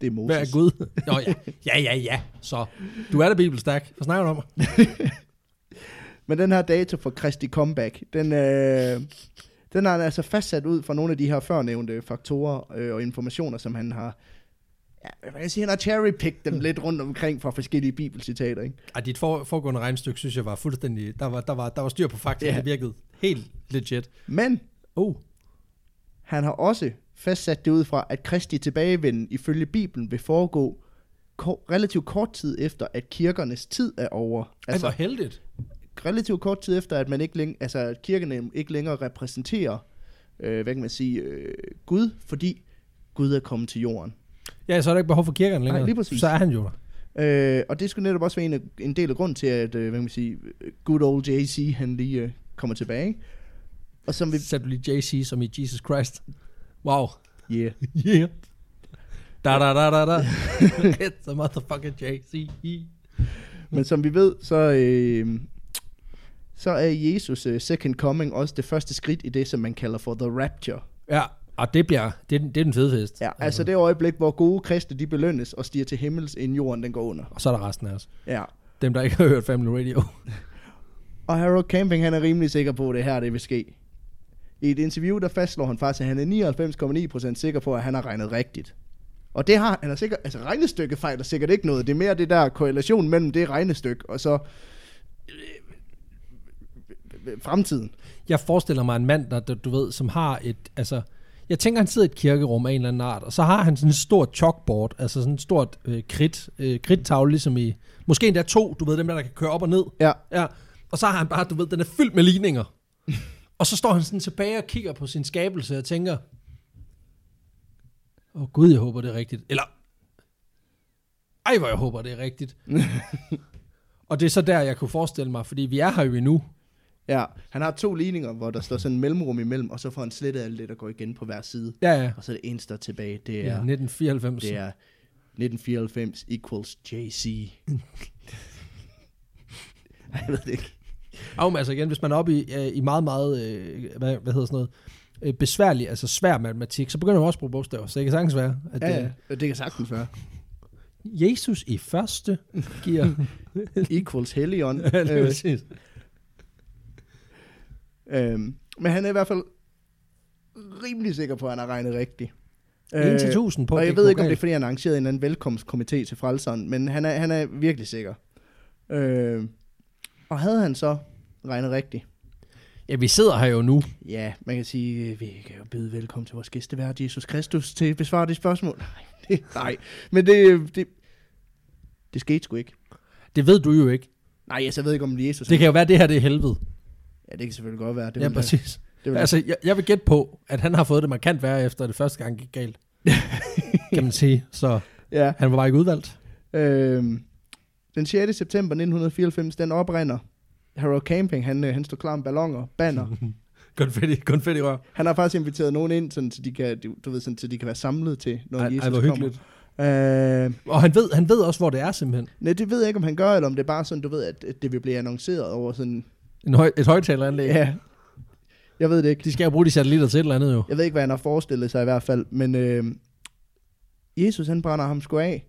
B: Det er Moses.
A: Hvad er Gud? Nå, ja. ja, ja, ja. Så du er da bibelstærk. Hvad snakker du om?
B: Men den her dato for Kristi comeback, den, øh, den har han altså fastsat ud fra nogle af de her førnævnte faktorer øh, og informationer, som han har... Ja, hvad vil jeg sige, han har cherrypicked dem lidt rundt omkring fra forskellige bibelcitater, ikke?
A: Ej, dit for, foregående regnstykke, synes jeg var fuldstændig... Der var, der var, der var styr på fakta.
B: Ja.
A: Yeah. Det virkede helt legit.
B: Men
A: Oh,
B: han har også fastsat det ud fra, at Kristi tilbagevenden ifølge Bibelen vil foregå ko- relativt kort tid efter, at kirkernes tid er over.
A: altså,
B: Altså
A: det var heldigt.
B: relativt kort tid efter, at man ikke læng- altså, at kirkerne ikke længere repræsenterer, øh, hvad kan man sige, øh, Gud, fordi Gud er kommet til jorden.
A: Ja, så er der ikke behov for kirkerne længere.
B: Nej, lige præcis.
A: Så er han jo der.
B: Øh, og det skulle netop også være en, af, en del af grunden til, at øh, hvad kan man sige, good old JC, han lige øh, kommer tilbage. ikke? Og som vi...
A: Sæt lige JC som i Jesus Christ. Wow.
B: Yeah.
A: Yeah. Da da da da da. It's a motherfucking JC.
B: Men som vi ved, så, øh, så er Jesus øh, second coming også det første skridt i det, som man kalder for the rapture.
A: Ja, og det bliver, det, er den- det er den fede fest.
B: Ja, altså det øjeblik, hvor gode kristne, de belønnes og stiger til himmels, inden jorden den går under.
A: Og så er der resten af os.
B: Ja.
A: Dem, der ikke har hørt Family Radio.
B: Og Harold Camping, han er rimelig sikker på, at det her det vil ske. I et interview, der fastslår han faktisk, at han er 99,9% sikker på, at han har regnet rigtigt. Og det har han er sikkert, altså regnestykket fejler sikkert ikke noget. Det er mere det der korrelation mellem det regnestykke og så øh, øh, fremtiden.
A: Jeg forestiller mig en mand, der, der, du ved, som har et, altså, jeg tænker, han sidder i et kirkerum af en eller anden art, og så har han sådan et stort chalkboard, altså sådan et stort øh, krit, øh, kridtavle, ligesom i, måske endda to, du ved, dem der, der kan køre op og ned.
B: Ja,
A: Ja, og så har han bare, du ved, den er fyldt med ligninger. og så står han sådan tilbage og kigger på sin skabelse og tænker, åh oh, gud, jeg håber, det er rigtigt. Eller, ej, hvor jeg håber, det er rigtigt. og det er så der, jeg kunne forestille mig, fordi vi er her jo endnu.
B: ja. Han har to ligninger, hvor der står sådan en mellemrum imellem, og så får han slettet alt det, der går igen på hver side.
A: Ja, ja.
B: Og så er det eneste, der er tilbage, det
A: Ja,
B: er,
A: 1994.
B: det er 1994 equals JC. Jeg ved det ikke.
A: Og men altså igen, hvis man er oppe i, øh, i meget, meget, øh, hvad, hvad hedder sådan noget, øh, besværlig, altså svær matematik, så begynder man også at bruge bogstaver, så det kan sagtens være, at
B: Ja,
A: øh,
B: ja. Det kan sagtens være.
A: Jesus i første gear.
B: Equals Helion.
A: Ja, det er
B: øh,
A: præcis.
B: øhm, men han er i hvert fald rimelig sikker på, at han har regnet rigtigt. Øh,
A: 1 til 1000 på,
B: Og
A: at
B: jeg
A: kunne
B: ved
A: gå
B: ikke, om det er,
A: galt.
B: fordi han arrangerede en eller anden velkomstkomité til frelseren, men han er, han er virkelig sikker. Øh, og havde han så regnet rigtigt?
A: Ja, vi sidder her jo nu.
B: Ja, man kan sige, øh, vi kan jo byde velkommen til vores gæstevært, Jesus Kristus, til at besvare de spørgsmål. Nej, det, nej. men det, det, det skete sgu ikke.
A: Det ved du jo ikke.
B: Nej, altså, jeg ved ikke, om Jesus...
A: Det kan jo være, det her det er helvede.
B: Ja, det kan selvfølgelig godt være. Det
A: Ja,
B: ville da-
A: præcis.
B: det ville da-
A: Altså, jeg, jeg vil gætte på, at han har fået det markant værre, efter det første gang gik galt. kan man sige. Så
B: Ja.
A: han var bare ikke udvalgt.
B: Øhm, den 6. september 1994, den oprinder. Harold Camping, han, øh, han står klar med ballonger, banner.
A: Mhm. Konfetti, konfetti rør.
B: han har faktisk inviteret nogen ind, sådan, så, de kan, du, du ved, sådan, så de kan være samlet til, når
A: Ej,
B: Jesus
A: ej, hvor
B: kommer.
A: hyggeligt.
B: Øh,
A: Og han ved, han ved også, hvor det er simpelthen.
B: nej, det ved jeg ikke, om han gør, eller om det er bare sådan, du ved, at, at det vil blive annonceret over sådan
A: En høj, et højtaleranlæg. Ja.
B: Ja. Jeg ved det ikke.
A: De skal jo bruge de satellitter til et eller andet jo.
B: Jeg ved ikke, hvad han har forestillet sig i hvert fald, men øh, Jesus han brænder ham sgu af.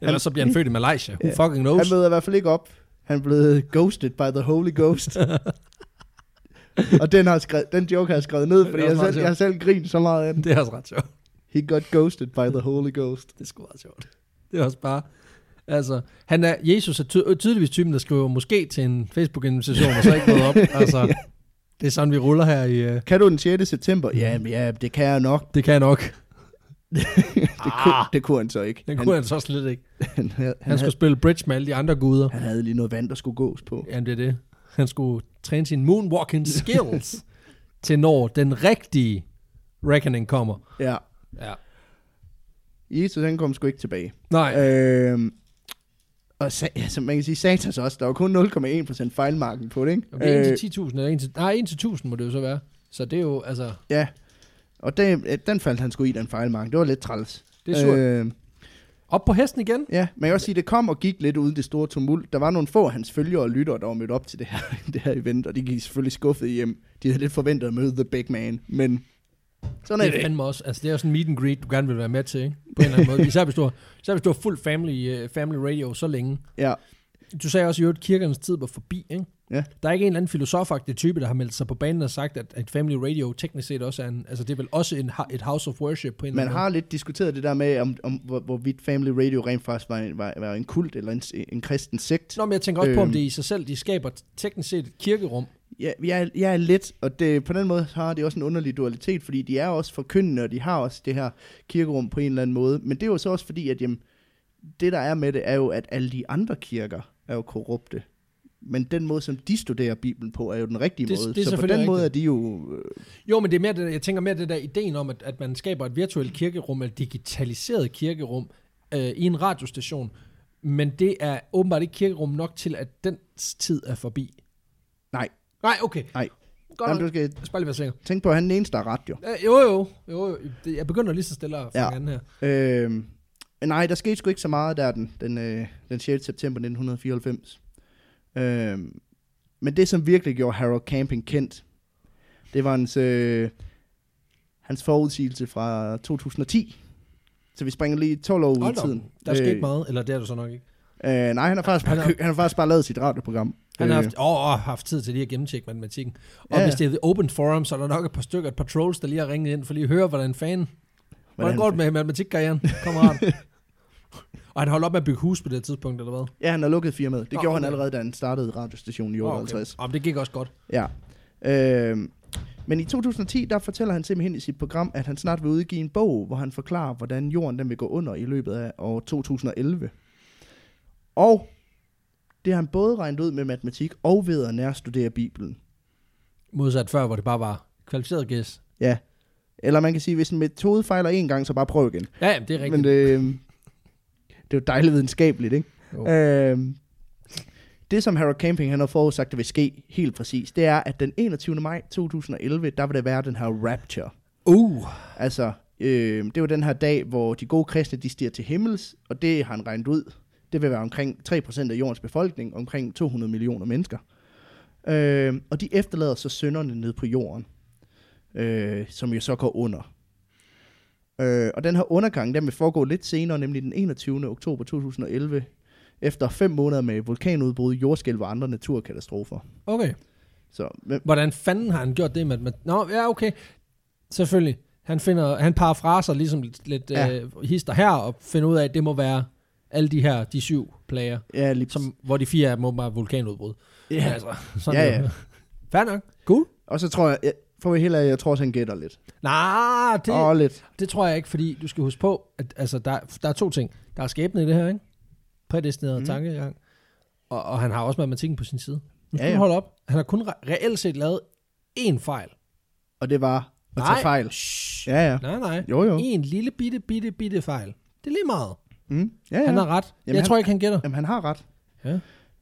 A: Ellers så bliver han født i Malaysia. Who
B: Ja.
A: fucking knows?
B: Han møder i hvert fald ikke op. Han er blevet ghosted by the Holy Ghost. og den, har jeg skrevet, den joke har jeg skrevet ned, fordi
A: Det er
B: jeg,
A: også meget
B: selv, jeg har selv grint så meget af den.
A: Det er også ret sjovt.
B: He got ghosted by the Holy Ghost.
A: Det er sgu ret sjovt. Det er også bare... Altså, han er, Jesus er ty- tydeligvis typen, der skriver måske til en Facebook-invitation, og så ikke noget op. Altså, det er sådan, vi ruller her i... øh,
B: Kan du den 6. september? Ja, ja, det kan jeg nok.
A: Det kan jeg nok.
B: Det, ah, kunne, det kunne han så ikke.
A: Den kunne han så slet ikke.
B: han, han, han,
A: Han
B: havde,
A: skulle spille bridge med alle de andre guder.
B: han havde lige noget vand, der skulle gås på.
A: Jamen, det er det. Han skulle træne sine moonwalking skills, til når den rigtige reckoning kommer.
B: Ja.
A: Ja.
B: Jesus, han kom sgu ikke tilbage.
A: Nej, øh,
B: Øhm, og sa- ja, som man kan sige, Satas også, der var kun 0,1% fejlmarken på det, ikke?
A: det er 1 til 10.000, eller 1 til, nej, 1 til 1.000 må det jo så være. Så det er jo, altså,
B: Øh, ja, og den, øh, den faldt han sgu i, den fejlmarken. Det var lidt træls.
A: det er surt. Øh,
B: Øh,
A: Op på hesten igen.
B: ja, men jeg vil også sige, det kom og gik lidt uden det store tumult. Der var nogle få af hans følgere og lyttere, der var mødt op til det her, det her event, og de gik selvfølgelig skuffet hjem. De havde lidt forventet at møde The Big Man, men sådan er
A: Det er
B: det.
A: fandme også, altså det er jo sådan en meet and greet, du gerne vil være med til, ikke? På en eller anden måde. Især hvis du har, især hvis du har fuld family, uh, family radio så længe.
B: Ja,
A: Du sagde også i øvrigt, at kirkernes tid var forbi, ikke?
B: Ja.
A: Der er ikke en eller anden filosofagtig type, der har meldt sig på banen og sagt, at, at family radio teknisk set også er en, altså det er vel også en, ha- et house of worship på en
B: man
A: eller anden
B: har lidt diskuteret det der med, om, om hvor, hvorvidt Family Radio rent faktisk var en, var, var en kult eller en, en kristen sekt.
A: måde. Nå, men jeg tænker også øhm. på, om
B: Øhm.
A: det er i sig selv, de skaber teknisk set et kirkerum.
B: Ja, jeg, er- jeg er lidt, og det, på den måde har det også en underlig dualitet, fordi de er også forkyndende, og de har også det her kirkerum på en eller anden måde. Men det er jo så også fordi, at jamen, det der er med det, er jo, at alle de andre kirker er jo korrupte. Men den måde, som de studerer Bibelen på, er jo den rigtige
A: Det-
B: måde.
A: det er
B: så på den
A: selvfølgelig
B: måde er
A: rigtigt.
B: de jo... øh,
A: Jo, men det er mere det, der- jeg tænker mere det der ideen om, at, at man skaber et virtuelt kirkerum, et digitaliseret kirkerum øh, i en radiostation. Men det er åbenbart ikke kirkerum nok til, at den tid er forbi.
B: Nej,
A: Nej, okay.
B: Nej.
A: Godt
B: jamen,
A: nok.
B: du skal
A: Jeg skal bare lige være sikker.
B: tænke på, at han er den eneste, der er ret jo.
A: Øh, jo, jo, jo, jo. Det- Jeg begynder lige så stille at fange
B: Ja.
A: an her.
B: Øhm, men nej, der skete sgu ikke så meget der den, den, øh, den 6. september 1994. Øhm, men det, som virkelig gjorde Harold Camping kendt, det var hans, øh, hans forudsigelse fra 2010. Så vi springer lige 12 år ud
A: Hold
B: i
A: da
B: tiden.
A: op, der er sket meget, eller det er du så nok ikke.
B: Øh, nej, han har, faktisk bare,
A: Han
B: han, han har faktisk bare lavet sit radioprogram.
A: Han har
B: Øh,
A: haft, åh, åh, haft tid til lige at gennemtjekke matematikken. Og
B: Ja.
A: hvis det er open forum, så er der nok et par stykker, et par trolls, der lige har ringet ind, for lige at høre, hvordan fanden, hvordan
B: hvordan-
A: går det med matematikkarrieren, kammerat? og han holdt op med at bygge hus på det tidspunkt, eller hvad?
B: Ja, han har lukket firmaet. Det
A: Nå,
B: gjorde han
A: okay.
B: allerede, da han startede radiostationen i
A: Åh,
B: 58.
A: Okay. Jamen, det gik også godt.
B: Ja. Øhm, men i 2010, der fortæller han simpelthen i sit program, at han snart vil udgive en bog, hvor han forklarer, hvordan jorden den vil gå under i løbet af år 2011. Og det har han både regnet ud med matematik og ved at nærstudere Bibelen.
A: Modsat før, hvor det bare var kvalificeret gæs.
B: Ja. Eller man kan sige, hvis en metode fejler en gang, så bare prøv igen.
A: Ja, jamen, det er rigtigt.
B: Men øh, det er jo dejligt videnskabeligt, ikke?
A: Jo.
B: Øh, det, som Harold Camping han har forudsagt, der vil ske helt præcis, det er, at den 21. maj 2011, der vil der være den her rapture.
A: Uh,
B: Altså, øh, det var den her dag, hvor de gode kristne, de stiger til himmels, og det har han regnet ud. Det vil være omkring 3% af jordens befolkning, omkring 200 millioner mennesker. Øh, og de efterlader så sønderne ned på jorden, øh, som jo så går under. Øh, og den her undergang, den vil foregå lidt senere, nemlig den 21. oktober 2011, efter fem måneder med vulkanudbrud, jordskælv og andre naturkatastrofer.
A: okay.
B: Så, men,
A: Hvordan fanden har han gjort det med matematik? Nå, ja, okay. Selvfølgelig. Han, finder, han parafraser ligesom lidt, lidt ja.
B: Ja.
A: øh, hister her, og finder ud af, at det må være alle de her, de syv plager,
B: ja, lige
A: som, hvor de fire af dem åbenbart er vulkanudbrud.
B: ja.
A: altså,
B: Ja,
A: er det. Fair nok. Cool.
B: Og så tror jeg, jeg for at være helt ærlig, jeg tror også, han gætter lidt.
A: Nej, det,
B: Åh,
A: oh.
B: lidt.
A: det tror jeg ikke, fordi du skal huske på, at altså, der, der er to ting. Der er skæbne i det her, ikke? Prædestineret mm.
B: Mm.
A: tankegang. Og, og han har også matematikken på sin side. Nu skal
B: Ja,
A: ja,
B: ja.
A: ja. holde op. Han har kun re- reelt set lavet én fejl.
B: Og det var at Nej. tage fejl.
A: Shh.
B: Ja, ja.
A: Nej, nej.
B: Jo, jo.
A: en lille bitte, bitte, bitte fejl. Det er lige meget.
B: Mm. Ja, ja.
A: Ja. Han
B: Han,
A: har
B: har...
A: ret. Jamen,
B: Jamen,
A: jeg
B: han-
A: tror ikke, han gætter.
B: Jamen, han har ret.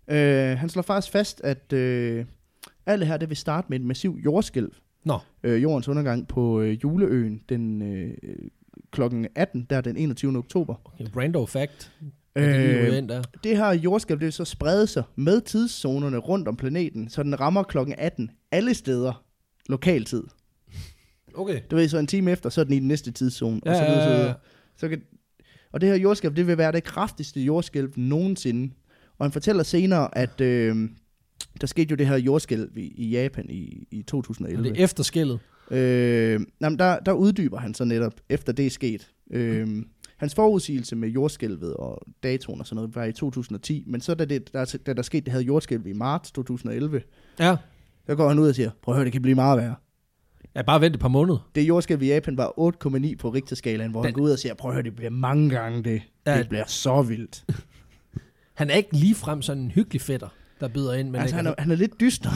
A: Ja.
B: Øh, han slår faktisk fast, at øh, alt det her, det vil starte med et massiv jordskælv.
A: Nå.
B: Øh, jordens undergang på øh, juleøen den øh, øh, klokken 18, der den 21. oktober. Øh,
A: Okay, random fact. Ja, det er jo den der.
B: det her jordskælv, det vil så sprede sig med tidszonerne rundt om planeten, så den rammer klokken 18 alle steder lokaltid.
A: Okay.
B: Du ved, så en time efter, så er den i den næste tidszone.
A: Ja,
B: og så videre, så
A: ja, ja.
B: videre. Så kan, og det her jordskælv, det vil være det kraftigste jordskælv nogensinde. Og han fortæller senere, at øh, der skete jo det her jordskælv i, i Japan i, i
A: Og
B: 2011.
A: det er efterskældet.
B: Øh, jamen der, der uddyber han så netop, efter det er sket. Øh, hans forudsigelse med jordskælvet og datoen og sådan noget var i 2010, men så da, det, der, da der skete det her jordskælv i marts 2011,
A: Ja.
B: så går han ud og siger, prøv at høre, det kan blive meget værre.
A: Ja, bare vent et par måneder.
B: Det jordskælv i Japan var 8,9 på Richterskalaen, hvor han
A: Den-
B: går ud og siger, prøv at høre, det bliver mange gange det.
A: Ja.
B: Det bliver så vildt.
A: Han er ikke ligefrem sådan en hyggelig fætter, der bider ind. Men
B: Men altså, han
A: ikke-
B: er, han er lidt dyster.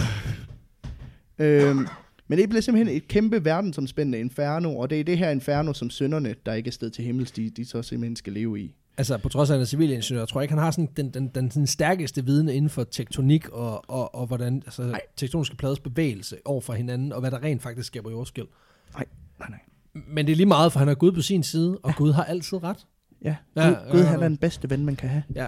B: øhm, men det bliver simpelthen et kæmpe verdensomspændende inferno, og det er det her inferno, som sønderne, der ikke er sted til himmels, de, de så simpelthen skal leve i.
A: altså, på trods af, at han er civilingeniør, tror jeg ikke, han har sådan den, den, den sådan stærkeste viden inden for tektonik og, og, og hvordan altså, tektoniske pladers bevægelse over for hinanden, og hvad der rent faktisk skaber jordskæld.
B: Nej, nej, nej.
A: Men det er lige meget, for han har Gud på sin side, og Gud har altid ret.
B: Ja,
A: Ja,
B: Gud, Gud
A: ja,
B: han
A: ja.
B: er den bedste ven, man kan have.
A: Ja,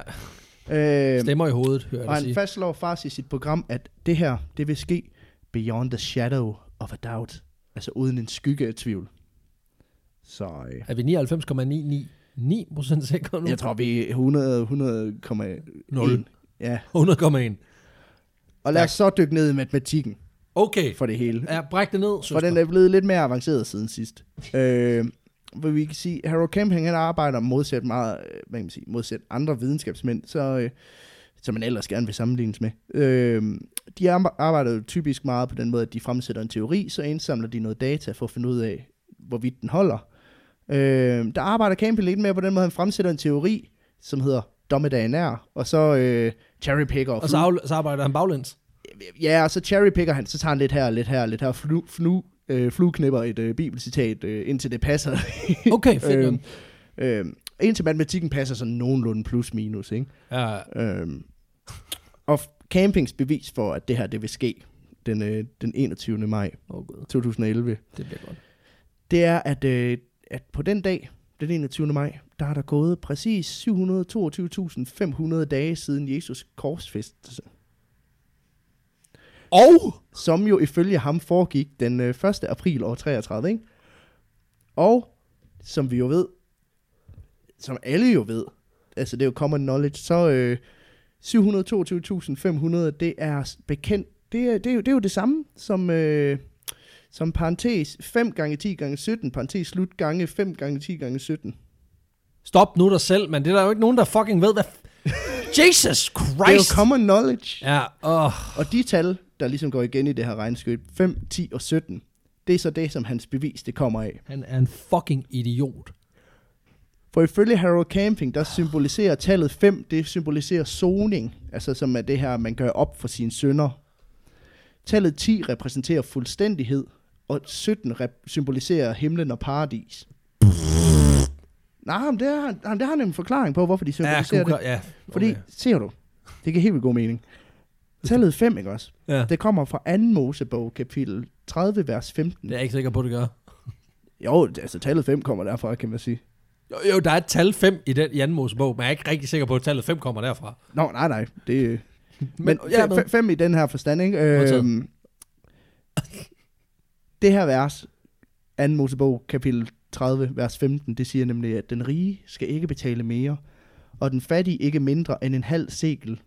B: Øhm,
A: stemmer i hovedet, hører
B: og
A: jeg det
B: han
A: sige.
B: fastslår faktisk i sit program, at det her, det vil ske beyond the shadow of a doubt. Altså uden en skygge af tvivl. Så øh,
A: Er vi 99,999 procent sikre nu?
B: jeg tror, vi er 100, 100,1.
A: Nul.
B: Ja,
A: 100,1.
B: og lad os så dykke ned i matematikken
A: Okay,
B: for det hele.
A: ja, bræk det ned,
B: For
A: søster.
B: den er blevet lidt mere avanceret siden sidst. Øh, hvor vi kan sige, Harold Camping han arbejder modsat meget, øh, hvad kan man sige, modsat andre videnskabsmænd, så, øh, som man ellers gerne vil sammenlignes med. Øh, de arbe- arbejder jo typisk meget på den måde, at de fremsætter en teori, så indsamler de noget data for at finde ud af, hvorvidt den holder. Øh, der arbejder Camping lidt mere på den måde, han fremsætter en teori, som hedder dommedagen nær, og så øh, cherrypicker og,
A: Og så, afl- så arbejder han baglæns.
B: ja, og så cherrypicker han, så tager han lidt her, lidt her, lidt her, flu, flu, øh, flueknipper et øh, bibelcitat, øh, indtil det passer.
A: Okay, fedt.
B: øhm,
A: øhm.
B: øhm, indtil matematikken passer sådan nogenlunde plus minus, ikke?
A: Ja,
B: Øhm, og f- campings bevis for, at det her, det vil ske den, øh, den 21. maj
A: oh god,
B: 2011,
A: det bliver godt.
B: det er, at, øh, at på den dag, den 21. maj, der er der gået præcis 722.500 dage siden Jesus korsfæstelse.
A: Og
B: som jo ifølge ham foregik den øh, 1. april år 33, ikke? Og som vi jo ved, som alle jo ved, altså det er jo common knowledge, så øh, 722.500, det er s- bekendt, det er, det, er jo, det er jo det samme som, øh, som parentes 5 gange 10 gange 17, parentes slut gange 5 gange 10 gange 17.
A: stop nu dig selv, men det er der jo ikke nogen, der fucking ved, hvad... f- Jesus
B: Det er
A: Christ!
B: jo common knowledge.
A: Ja, åh.
B: Og de tal, der ligesom går igen i det her regnskyld, 5, 10 og 17, det er så det, som hans bevis, det kommer af.
A: Han er en fucking idiot.
B: For ifølge Harold Camping, der symboliserer tallet 5, det symboliserer soning, altså som er det her, man gør op for sine sønder. Tallet 10 repræsenterer fuldstændighed, og 17 rep- symboliserer himlen og paradis. Nej, men det har, han- jamen, det har han en forklaring på, hvorfor de
A: Ja,
B: symboliserer
A: kunne,
B: det.
A: godt- ja.
B: Fordi,
A: okay.
B: ser du, det giver helt vildt god mening. Tallet 5, ikke også?
A: Ja.
B: Det kommer fra 2. Mosebog, kapitel 30, vers 15.
A: Det er jeg ikke sikker på, det gør.
B: Jo, altså tallet 5 kommer derfra, kan man sige.
A: Jo, jo der er et tal 5 i den Jan Mos bog, men jeg er ikke rigtig sikker på, at tallet 5 kommer derfra.
B: Nå, nej, nej. Det, øh, Men, men
A: jeg er med.
B: fe- fem i den her forstand, ikke?
A: Modtaget.
B: Øhm, det her vers, 2. Mosebog, kapitel 30, vers 15, det siger nemlig, at den rige skal ikke betale mere, og den fattige ikke mindre end en halv sekel,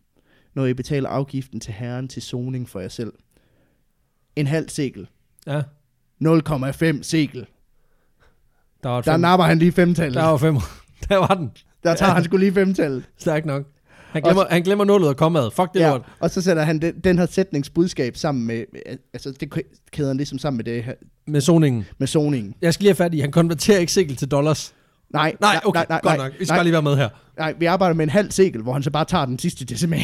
B: når I betaler afgiften til Herren til soning for jer selv. En halv sekel.
A: Ja,
B: 0,5 sekel.
A: der var et
B: Der
A: fem.
B: napper han lige femtallet.
A: Der
B: Der,
A: var fem. der var den.
B: der tager han sgu lige femtallet.
A: Stærk nok. Han glemmer, han glemmer nullet og kommaet. Fuck det ja. lort.
B: og så sætter han den, den her sætningsbudskab sammen med, altså det kæder han ligesom sammen med det her,
A: Med zoningen.
B: med soningen.
A: Jeg skal lige have fat i, han konverterer ikke sikkel til dollars.
B: Nej,
A: Nej, okay, nej, nej, godt nok. Vi skal
B: nej,
A: bare lige være med her.
B: nej, vi arbejder med en halv sekel, hvor han så bare tager den sidste decimal.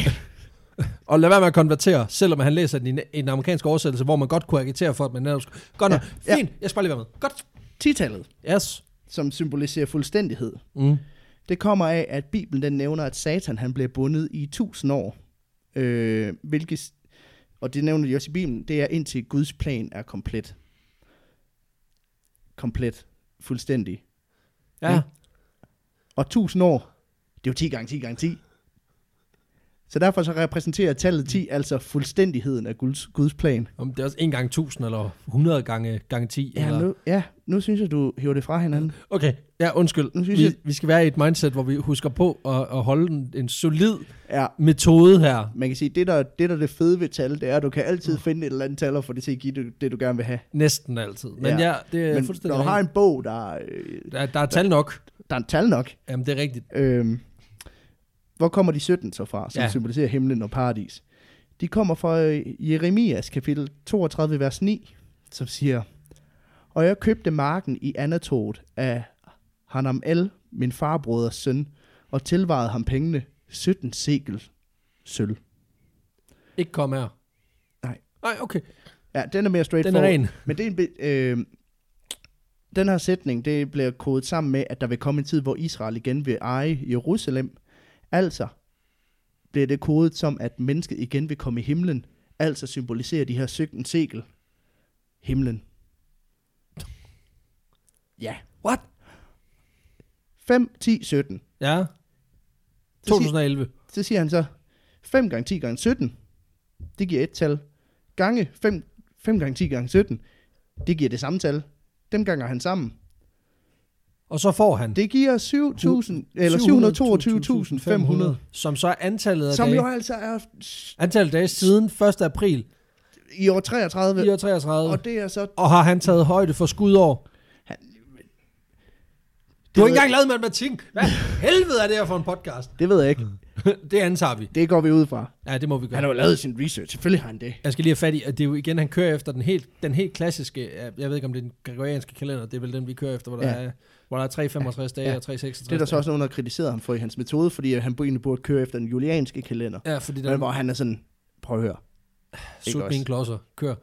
A: Og lad være med at konvertere, selvom han læser den i en- en amerikansk oversættelse, hvor man godt kunne agitere for, at man netop skulle... Godt nok.
B: ja.
A: Fint, jeg skal bare lige være med. Godt.
B: Titallet,
A: Yes.
B: som symboliserer fuldstændighed,
A: Mm.
B: det kommer af, at Bibelen den nævner, at Satan han blev bundet i tusind år. Øh, hvilket, s- og det nævner de også i Bibelen, det er indtil Guds plan er komplet. Komplet. Fuldstændig.
A: Ja.
B: Og tusind år, Det er jo 10 gange 10 gange 10. Så derfor så repræsenterer tallet 10 altså fuldstændigheden af Guds, Guds plan.
A: Om det er også 1 gange 1000 eller 100 gange, gange 10.
B: Ja
A: eller...
B: nu, ja, nu synes jeg, du hiver det fra hinanden.
A: Okay, ja, undskyld.
B: Nu synes
A: Vi,
B: jeg-
A: vi skal være i et mindset, hvor vi husker på at, at holde en, en solid
B: Ja,
A: metode her.
B: man kan sige, det der, det der er det fede ved tal, det er, at du kan altid finde et eller andet tal og få det til at give det, det du gerne vil have.
A: Næsten altid. Men ja,
B: Ja,
A: ja det er
B: Men
A: Men
B: når
A: fuldstændig
B: du har
A: rigtigt.
B: en bog, der, er, øh,
A: Der, der er tal nok.
B: der er en tal nok,
A: Jamen, det er rigtigt.
B: Øhm, hvor kommer de 17 så fra, som
A: Ja.
B: ja. symboliserer himlen og paradis? De kommer fra øh, Jeremias kapitel 32, vers 9, som siger, Og jeg købte marken i Anatot af Hanam El, min farbroders søn, og tilvarede ham pengene 17 sekel sølv.
A: Ikke kom her.
B: Nej.
A: Nej, okay.
B: Ja, den er mere straight
A: Den er ren.
B: Men det er en, be- øh, den her sætning, det bliver kodet sammen med, at der vil komme en tid, hvor Israel igen vil eje Jerusalem. Altså bliver det kodet som, at mennesket igen vil komme i himlen. Altså symboliserer de her 17 sekel himlen. Ja.
A: What?
B: 5, 10, 17.
A: Ja.
B: Det siger-
A: 2011.
B: Så siger han så, 5 gange 10 gange 17, det giver et tal. Gange 5, 5 gange 10 gange 17, det giver det samme tal. Dem ganger han sammen.
A: Og så får han
B: Det giver 7.000, eller 722.500,
A: 722.500, som så er antallet af
B: som
A: dage.
B: jo altså er
A: Antallet af dage siden 1. april
B: i år 33,
A: 34.
B: og det er så...
A: Og har han taget højde for skudår?
B: Han-
A: Du har
B: ved-
A: ikke engang lavet matematik. Hvad helvede er det her for en podcast?
B: Det ved jeg ikke.
A: det antager vi.
B: Mm. Det går vi ud fra.
A: Ja, det må vi gøre.
B: Han har jo lavet sin research, selvfølgelig har han det.
A: Jeg skal lige have fat i, at det er jo igen, han kører efter den helt, den helt klassiske, jeg ved ikke om det er den gregorianske kalender, det er vel den, vi kører efter, hvor der,
B: Ja.
A: er, hvor der er 365 dage
B: Ja.
A: og 366
B: Det er der så
A: dage.
B: også nogen, der har kritiseret ham for i hans metode, fordi han egentlig burde køre efter den julianske kalender.
A: Ja, fordi der
B: Men hvor
A: er
B: han er sådan, prøv at høre. ikke
A: sut
B: også.
A: mine klodser, kør.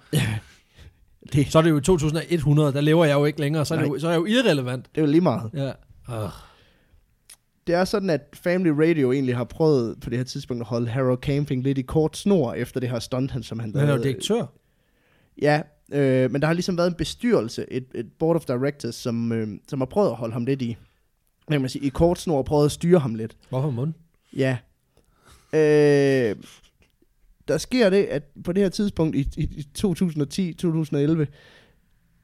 B: Det,
A: Så er det jo 2100, der lever jeg jo ikke længere, så er, det
B: Nej.
A: jo, så er jeg jo irrelevant.
B: det er jo lige meget.
A: Ja. Uh,
B: Det er sådan, at Family Radio egentlig har prøvet på det her tidspunkt at holde Harold Camping lidt i kort snor efter det her stunt, han- som han
A: han er jo
B: lavede.
A: direktør.
B: Ja, øh, men der har ligesom været en bestyrelse, et, et board of directors, som, øh, som har prøvet at holde ham lidt i, hvad kan man sige, i kort snor og prøvet at styre ham lidt.
A: Hvorfor mund?
B: Ja. Øh, der sker det, at på det her tidspunkt i, i, i 2010-2011,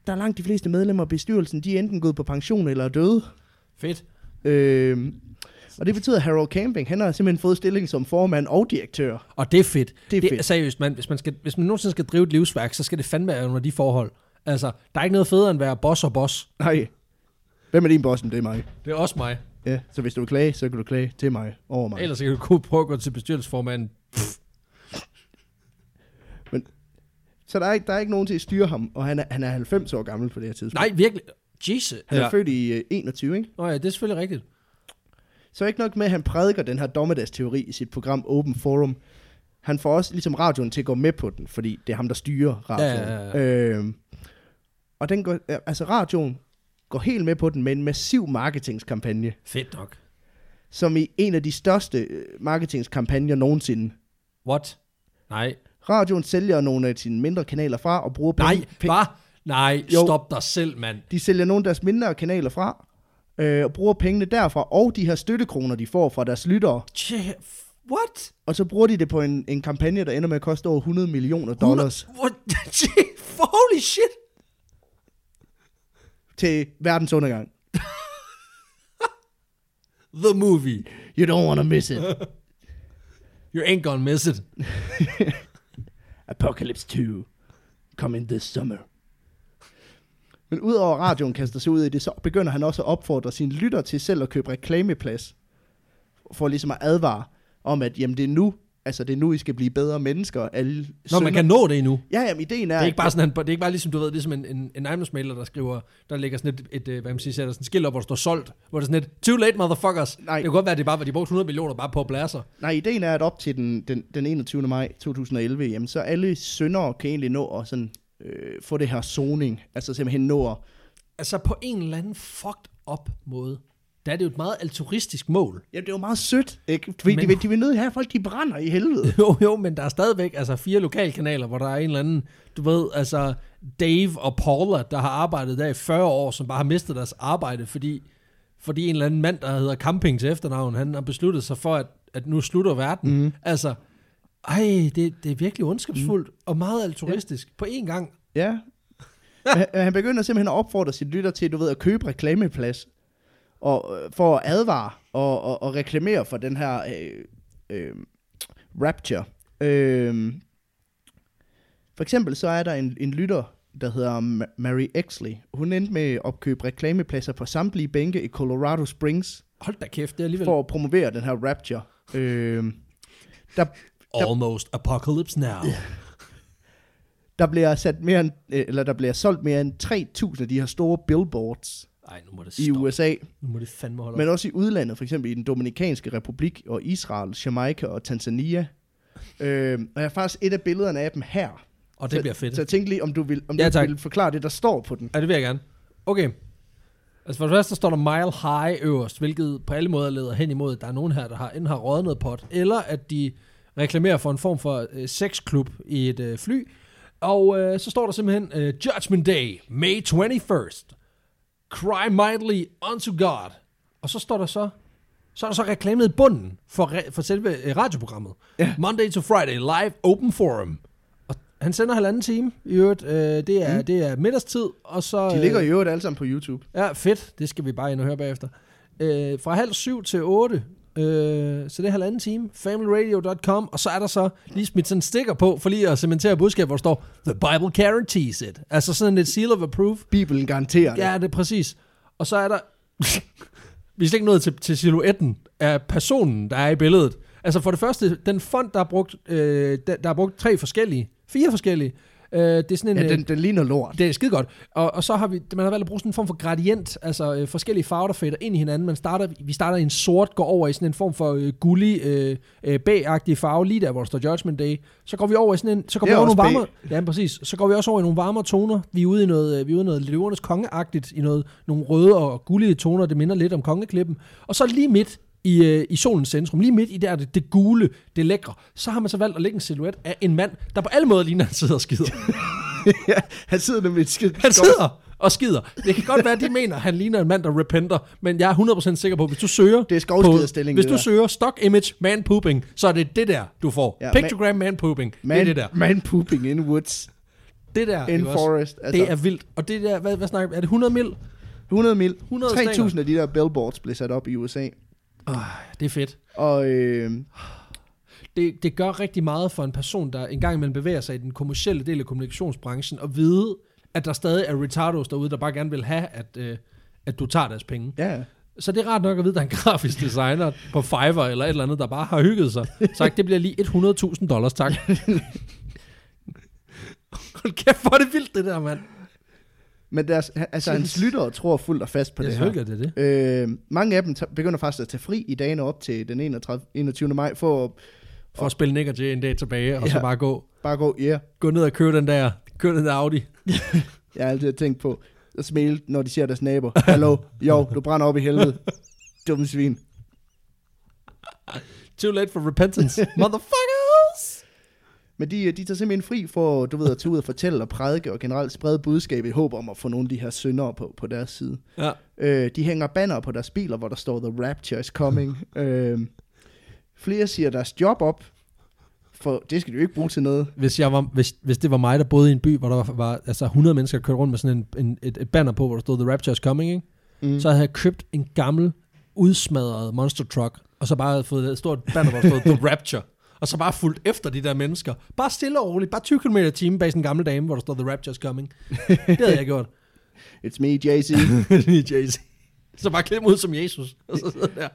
B: der er langt de fleste medlemmer af bestyrelsen, de er enten gået på pension eller er døde.
A: Fedt.
B: Øh, og det betyder, at Harold Camping, han har simpelthen fået stilling som formand og direktør.
A: Og det er fedt.
B: Det er fedt.
A: seriøst, man, hvis, man skal, hvis man nogensinde skal drive et livsværk, så skal det fandme være under de forhold. Altså, der er ikke noget federe end at være boss og boss.
B: Nej. Hvem er din bossen? Det er mig.
A: Det er også mig.
B: Ja, så hvis du vil klage, så kan du klage til mig over mig.
A: Ellers så kan du kun prøve at gå til bestyrelsesformanden.
B: Så der er, ikke, der er ikke nogen til at styre ham, og han er, han er 90 år gammel på det her tidspunkt.
A: Nej, virkelig. Jesus.
B: Han er
A: Ja.
B: født i øh, 21, ikke?
A: Nå ja, det er selvfølgelig rigtigt.
B: Så ikke nok med, at han prædiker den her dommedagsteori i sit program Open Forum. Han får også ligesom radioen til at gå med på den, fordi det er ham, der styrer radioen.
A: Ja, ja,
B: Øhm, og den går, øh, altså radioen går helt med på den med en massiv marketingskampagne,
A: Fedt nok.
B: som i en af de største øh, marketingskampagner nogensinde.
A: What? Nej.
B: Radioen sælger nogle af sine mindre kanaler fra og bruger
A: Nej,
B: penge- penge-
A: hvad? Nej,
B: Jo.
A: stop dig selv, mand.
B: De sælger nogle af deres mindre kanaler fra, øh, og bruger pengene derfra, og de her støttekroner, de får fra deres lyttere.
A: Tje- What?
B: Og så bruger de det på en, en kampagne, der ender med at koste over 100 millioner dollars
A: What? Tje- Holy shit.
B: til verdens undergang.
A: The movie.
B: You don't want to miss it.
A: You ain't gonna miss it.
B: Apocalypse 2. Come in this summer. Men udover at radioen kaster sig ud i det, så begynder han også at opfordre sine lytter til selv at købe reklameplads. For ligesom at advare om, at jamen, det er nu, altså det er nu, I skal blive bedre mennesker. Alle
A: Nå, man kan nå det endnu.
B: Ja, jamen, ideen er...
A: Det er ikke bare sådan, han, det er ikke bare ligesom, du ved, det er som en, en, en ejendomsmaler, der skriver, der lægger sådan et, et øh, hvad man siger, sætter sådan en skilt op, hvor der står solgt, hvor det er sådan et, too late motherfuckers.
B: Nej.
A: Det kan godt være, at det bare var, de brugte 100 millioner bare på at blære sig.
B: Nej, ideen er, at op til den, den, den 21. maj 2011, jamen, så alle syndere kan egentlig nå at sådan, øh, få det her zoning. Altså simpelthen nå at...
A: Altså på en eller anden fucked up måde, der er det jo et meget altruistisk mål.
B: Jamen, det er jo meget sødt, ikke?
A: Men-
B: Fordi Men... de, vil- de vil nødt til at have, at folk de brænder i helvede.
A: Jo, jo, men der er stadigvæk altså, fire lokalkanaler, hvor der er en eller anden, du ved, altså Dave og Paula, der har arbejdet der i 40 år, som bare har mistet deres arbejde, fordi fordi en eller anden mand, der hedder Camping til efternavn, han har besluttet sig for, at, at nu slutter verden. Mm.
B: Mm.
A: Altså, ej, det, det er virkelig ondskabsfuldt mm.
B: Mhm.
A: og meget altruistisk på én gang.
B: Ja. Men han- han begynder simpelthen at opfordre sit lytter til, du ved, at købe reklameplads, og, øh, for at advare og, og, og reklamere for den her øh, øh, Rapture. Øh, for eksempel så er der en, en lytter, der hedder Ma- Mary Exley. Hun endte med at opkøbe reklamepladser på samtlige bænke i Colorado Springs,
A: Hold da kæft, det er alligevel
B: for at promovere den her Rapture. Øh, der,
A: almost apocalypse now.
B: der bliver sat mere end, øh, eller der bliver solgt mere end 3.000 af de her store billboards
A: Ej, nu må det
B: i
A: stoppe.
B: USA.
A: Nu må det fandme holde op.
B: Men også i udlandet, for eksempel i den Dominikanske Republik og Israel, Jamaica og Tanzania. Øh, og jeg har faktisk et af billederne af dem her.
A: Og det bliver fedt.
B: Så jeg tænkte lige, om du vil, om
A: Ja,
B: du
A: tak.
B: vil forklare det, der står på den.
A: Ja, det vil jeg gerne. Okay. Altså for det første står der mile high øverst, hvilket på alle måder leder hen imod, at der er nogen her, der har, enten har rådnet pot, eller at de reklamerer for en form for øh, sexklub i et øh, fly. Og øh, så står der simpelthen, øh, Judgment Day, May 21st. Cry mightily unto God. Og så står der så, så er der så reklamet i bunden for, re- for selve øh, radioprogrammet.
B: Ja.
A: Monday to Friday, live open forum. Og han sender halvanden time i øvrigt. Øh, det, er, mm. det er middagstid, og så...
B: De ligger i øvrigt alle sammen på YouTube.
A: Ja, fedt. Det skal vi bare ind og høre bagefter. Øh, fra halv syv til otte, øh, så det er halvanden time, familyradio.com, og så er der så lige smidt sådan en stikker på, for lige at cementere budskabet, hvor der står, The Bible guarantees it. Altså sådan et seal of approve.
B: Bibelen garanterer det.
A: Ja, det er præcis. Og så er der... vi er slet ikke nået til, til silhuetten af personen, der er i billedet. Altså for det første, den fond, der er brugt, øh, der, der er brugt tre forskellige, fire forskellige, øh, det er sådan en...
B: Ja,
A: øh,
B: den, den ligner lort.
A: det er skide godt. Og, og så har vi, man har valgt at bruge sådan en form for gradient, altså øh, forskellige farver, der fader ind i hinanden. Man starter, vi starter i en sort, går over i sådan en form for øh, gullig, øh, øh, bagagtig farve, lige der, hvor der står Judgment Day. Så går vi over i sådan en, så går
B: Det
A: vi
B: er
A: over i nogle
B: også
A: varmere, ja, men præcis. Så går vi også over i nogle varmere toner. Vi er ude i noget, øh, vi er ude i noget løvernes kongeagtigt, i noget, nogle røde og gullige toner, det minder lidt om kongeklippen. Og så lige midt, i, øh, i solens centrum, lige midt i der, det, det gule, det lækre, så har man så valgt at lægge en silhuet af en mand, der på alle måder ligner, at han sidder og skider.
B: ja, han sidder nemlig et skidt.
A: Han sidder og skider. Det kan godt være, at de mener, at han ligner en mand, der repenter, men jeg er 100% sikker på, at hvis du søger...
B: Det er skovskiderstilling,
A: Hvis
B: det
A: du
B: der.
A: søger stock image man pooping, så er det det der, du får.
B: Ja,
A: Ja, Pictogram man, pooping, man, det
B: Man,
A: er det der.
B: man pooping in woods,
A: Det der,
B: in
A: ikke også?
B: forest. Altså,
A: det er vildt. Og det der, hvad, hvad snakker vi? Er det 100 mil?
B: 100 mil.
A: 100
B: 3.000 af de der billboards blev sat op i USA.
A: Øh, det er fedt.
B: Og øh,
A: Det, det gør rigtig meget for en person, der engang imellem bevæger sig i den kommercielle del af kommunikationsbranchen, og vide, at der stadig er retardos derude, der bare gerne vil have, at, øh, at du tager deres penge.
B: ja,
A: Så det er rart nok at vide, at der er en grafisk designer på Fiverr eller et eller andet, der bare har hygget sig. Sagt, det bliver lige 100.000 dollars, tak. Hold kæft, hvor er det vildt, det der, mand.
B: men deres, altså, hans lyttere tror fuldt og fast på
A: Jeg
B: det her.
A: selvfølgelig er det det.
B: Øh, mange af dem ta- begynder faktisk at tage fri i dagene op til den 31, 21. maj, for at
A: For at spille Nick og Jay en dag tilbage, og ja. så
B: Ja.
A: bare gå,
B: bare gå, ja, yeah.
A: gå ned og købe den der, købe den der Audi.
B: jeg har altid tænkt på, at smile, når de ser deres nabo. Hallo, jo, du brænder op i helvede. Dumme svin.
A: Too late for repentance. Motherfuckers!
B: Men de, øh, de tager simpelthen fri for, du ved, at tage ud og fortælle og prædike og generelt sprede budskabet i håb om at få nogle af de her syndere på, på deres side.
A: Ja.
B: Øh, de hænger banner på deres biler, hvor der står The Rapture is coming. øh, flere siger deres job op, for det skal de jo ikke bruge til noget.
A: Hvis, jeg var, hvis, hvis det var mig, der boede i en by, hvor der var, var altså 100 mennesker, der kørte rundt med sådan en, en, et, et banner på, hvor der stod The Rapture is coming, ikke?
B: Mm.
A: så havde jeg købt en gammel, udsmadret monster truck, og så bare havde fået et stort banner, hvor der stod The Rapture, og så bare fulgt efter de der mennesker. Bare stille og roligt, bare 20 km i timen bag sådan en gammel dame, hvor der stod The Rapture's coming. Det havde jeg gjort.
B: It's me, Jay-Z.
A: Jay-Z. Så bare klæde mig ud som Jesus. Og så sidder der.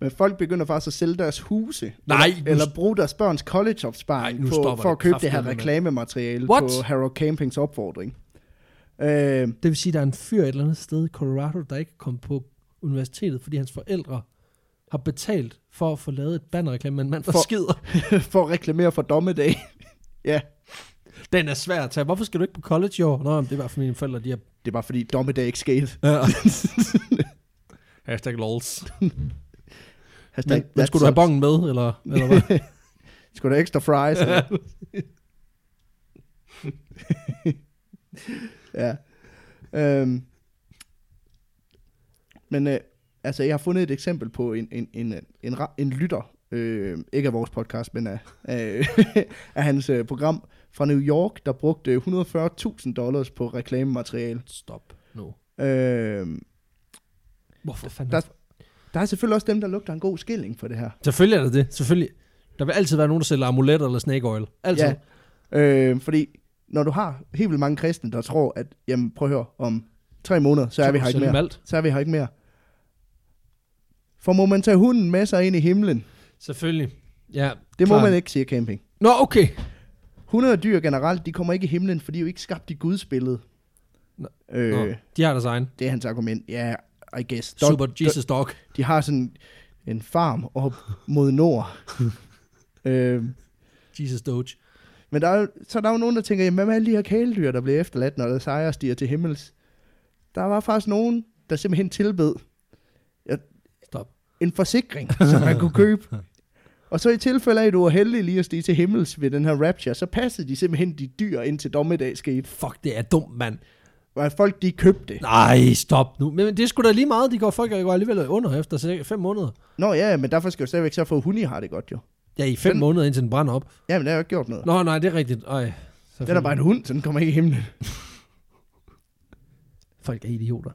B: Men folk begynder faktisk at sælge deres huse.
A: Nej,
B: eller,
A: nu-
B: eller bruge deres børns
A: Nej,
B: college-opsparing
A: nu
B: på,
A: stopper
B: for
A: det
B: at købe det
A: kraftedeme
B: her
A: med.
B: reklamemateriale
A: What?
B: på Harold Campings opfordring. Øh,
A: Det vil sige, at der er en fyr et eller andet sted i Colorado, der ikke kom på universitetet, fordi hans forældre har betalt for at få lavet et bannerreklame med en mand, der
B: For-
A: for... skider.
B: for at reklamere for dommedag. ja,
A: Den er svær at tage. Hvorfor skal du ikke på college i år? Nå, men det er bare for mine forældre, de har...
B: det er bare fordi dommedag ikke skete.
A: Ja. Hashtag lols.
B: Hashtag,
A: Men, men skulle du have bongen med, eller, eller hvad?
B: Skulle du have ekstra fries? Eller? ja. Øhm. Men øh, altså jeg har fundet et eksempel på en, en, en, en, ra- en lytter, øh, ikke af vores podcast, men af, af, af hans øh, program fra New York, der brugte øh, 140.000 dollars på reklamemateriale.
A: Stop nu.
B: Øh,
A: Hvorfor fanden?
B: Der- der er selvfølgelig også dem, der lugter en god skilling for det her.
A: Selvfølgelig er der det. Selvfølgelig. Der vil altid være nogen, der sælger amuletter eller snake oil. Altid.
B: Ja. Øh, fordi når du har helt vildt mange kristne, der tror, at jamen, prøv at høre, om tre måneder, så er vi her ikke mere.
A: Malt.
B: Så er vi her ikke mere. For må man tage hunden med sig ind i himlen?
A: Selvfølgelig. Ja,
B: Det må
A: klart.
B: man ikke, siger camping.
A: Nå, okay.
B: 100 dyr generelt, de kommer ikke i himlen, for de er jo ikke skabt i Guds billede.
A: Nå.
B: Øh,
A: Nå. De har deres egen.
B: Det er hans argument. Ja, yeah, I guess. Dog,
A: Super Jesus dog.
B: De har sådan en farm op mod nord. øh,
A: Jesus Doge.
B: men der er, jo- så er der jo nogen, der tænker, jamen, hvad med alle de her kæledyr, der bliver efterladt, når der sejrer stiger til himmels? Der var faktisk nogen, der simpelthen tilbød
A: Stop.
B: en forsikring, som man kunne købe. Og så i tilfælde af, at du var heldig lige at stige til himmels ved den her rapture, så passede de simpelthen de dyr indtil dommedag skete.
A: Fuck, det er dumt, mand.
B: Og at folk de købte det.
A: Nej, stop nu. Men det er sgu da lige meget, de går folk går alligevel under efter cirka fem måneder.
B: Nå ja, men derfor skal jeg stadigvæk så få hunde har det godt jo.
A: Ja, i fem
B: Den-
A: måneder, indtil den brænder op.
B: Jamen, det har jo ikke gjort noget.
A: Nå, nej, det er rigtigt. Ej. Så
B: Den er bare en hund, så den kommer ikke i himlen.
A: Folk er idioter.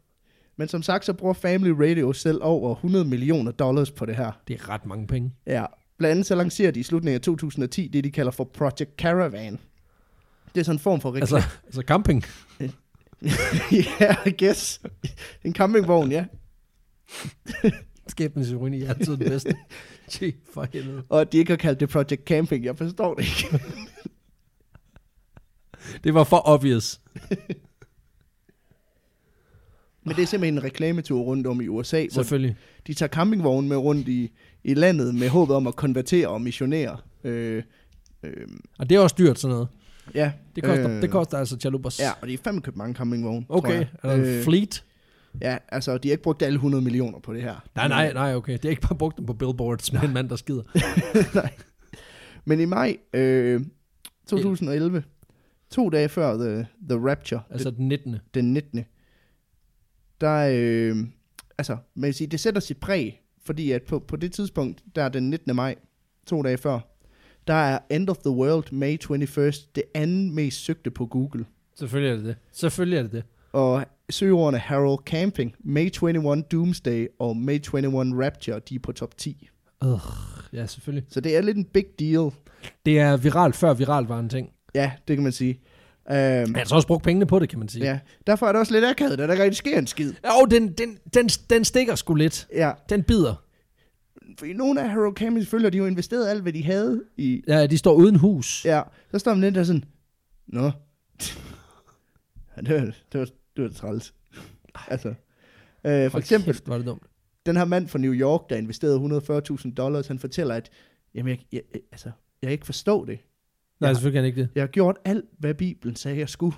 B: Men som sagt, så bruger Family Radio selv over 100 millioner dollars på det her.
A: Det er ret mange penge.
B: Ja. Blandt andet så lancerer de i slutningen af 2010 det, de kalder for Project Caravan. Det er sådan en form for
A: Altså,
B: reklame.
A: altså camping.
B: Altså... ja, I guess. En campingvogn, ja.
A: Skæbnens ironi er altid den bedste. Gee, for helvede.
B: Og at de ikke har kaldt det Project Camping, jeg forstår det ikke.
A: Det var for obvious.
B: Men det er simpelthen en reklametur rundt om i USA, hvor
A: Selvfølgelig.
B: de tager campingvognen med rundt i, i landet med håbet om at konvertere og missionere. Øh, øh,
A: Og det er også dyrt, sådan noget.
B: ja.
A: Det koster,
B: øh,
A: øh, det koster altså chalupas.
B: Ja, og de er fandme købt mange campingvogne,
A: Okay, er
B: tror
A: der
B: jeg. Øh,
A: en fleet?
B: ja, altså, de har ikke brugt alle 100 millioner på det her.
A: Nej, nej, nej, okay. Det er ikke bare brugt dem på billboards med en mand, der skider.
B: Men i maj øh, 2011, to dage før The, the Rapture, altså,
A: Altså den 19.
B: den 19., der, øh, altså, man kan sige, det sætter sit præg, fordi at på, på det tidspunkt, der er den 19. maj, to dage før, der er End of the World, May 21st, det andet mest søgte på Google.
A: Selvfølgelig er det det. Selvfølgelig er det det.
B: Og søgeordene Harold Camping, May 21 Doomsday og May 21 Rapture, de er på top 10.
A: Ja, selvfølgelig.
B: Så det er lidt en big deal.
A: Det er viral før viral var en ting.
B: Ja, det kan man sige. Øhm,
A: Men han har så også brugt pengene på det, kan man sige.
B: ja. Derfor er det også lidt akavet, at der ikke rigtig sker en skid.
A: Jo, den, den, den, den stikker sgu lidt.
B: Ja,
A: Den bider.
B: fordi nogle af Harold Campings følger, de har jo investeret alt, hvad de havde i.
A: Ja, de står uden hus.
B: Ja, så står man lidt der sådan, Nå, ja, det, var, det, var, det var træls. altså, øh, for
A: Hold
B: eksempel,
A: Kæft, var det dumt.
B: den her mand fra New York, der investerede 140.000 dollars, han fortæller, at jamen, jeg, jeg, jeg- altså, jeg kan ikke forstå det.
A: Nej,
B: Ja.
A: selvfølgelig kan han ikke det.
B: Jeg har gjort alt, hvad Bibelen sagde, jeg skulle.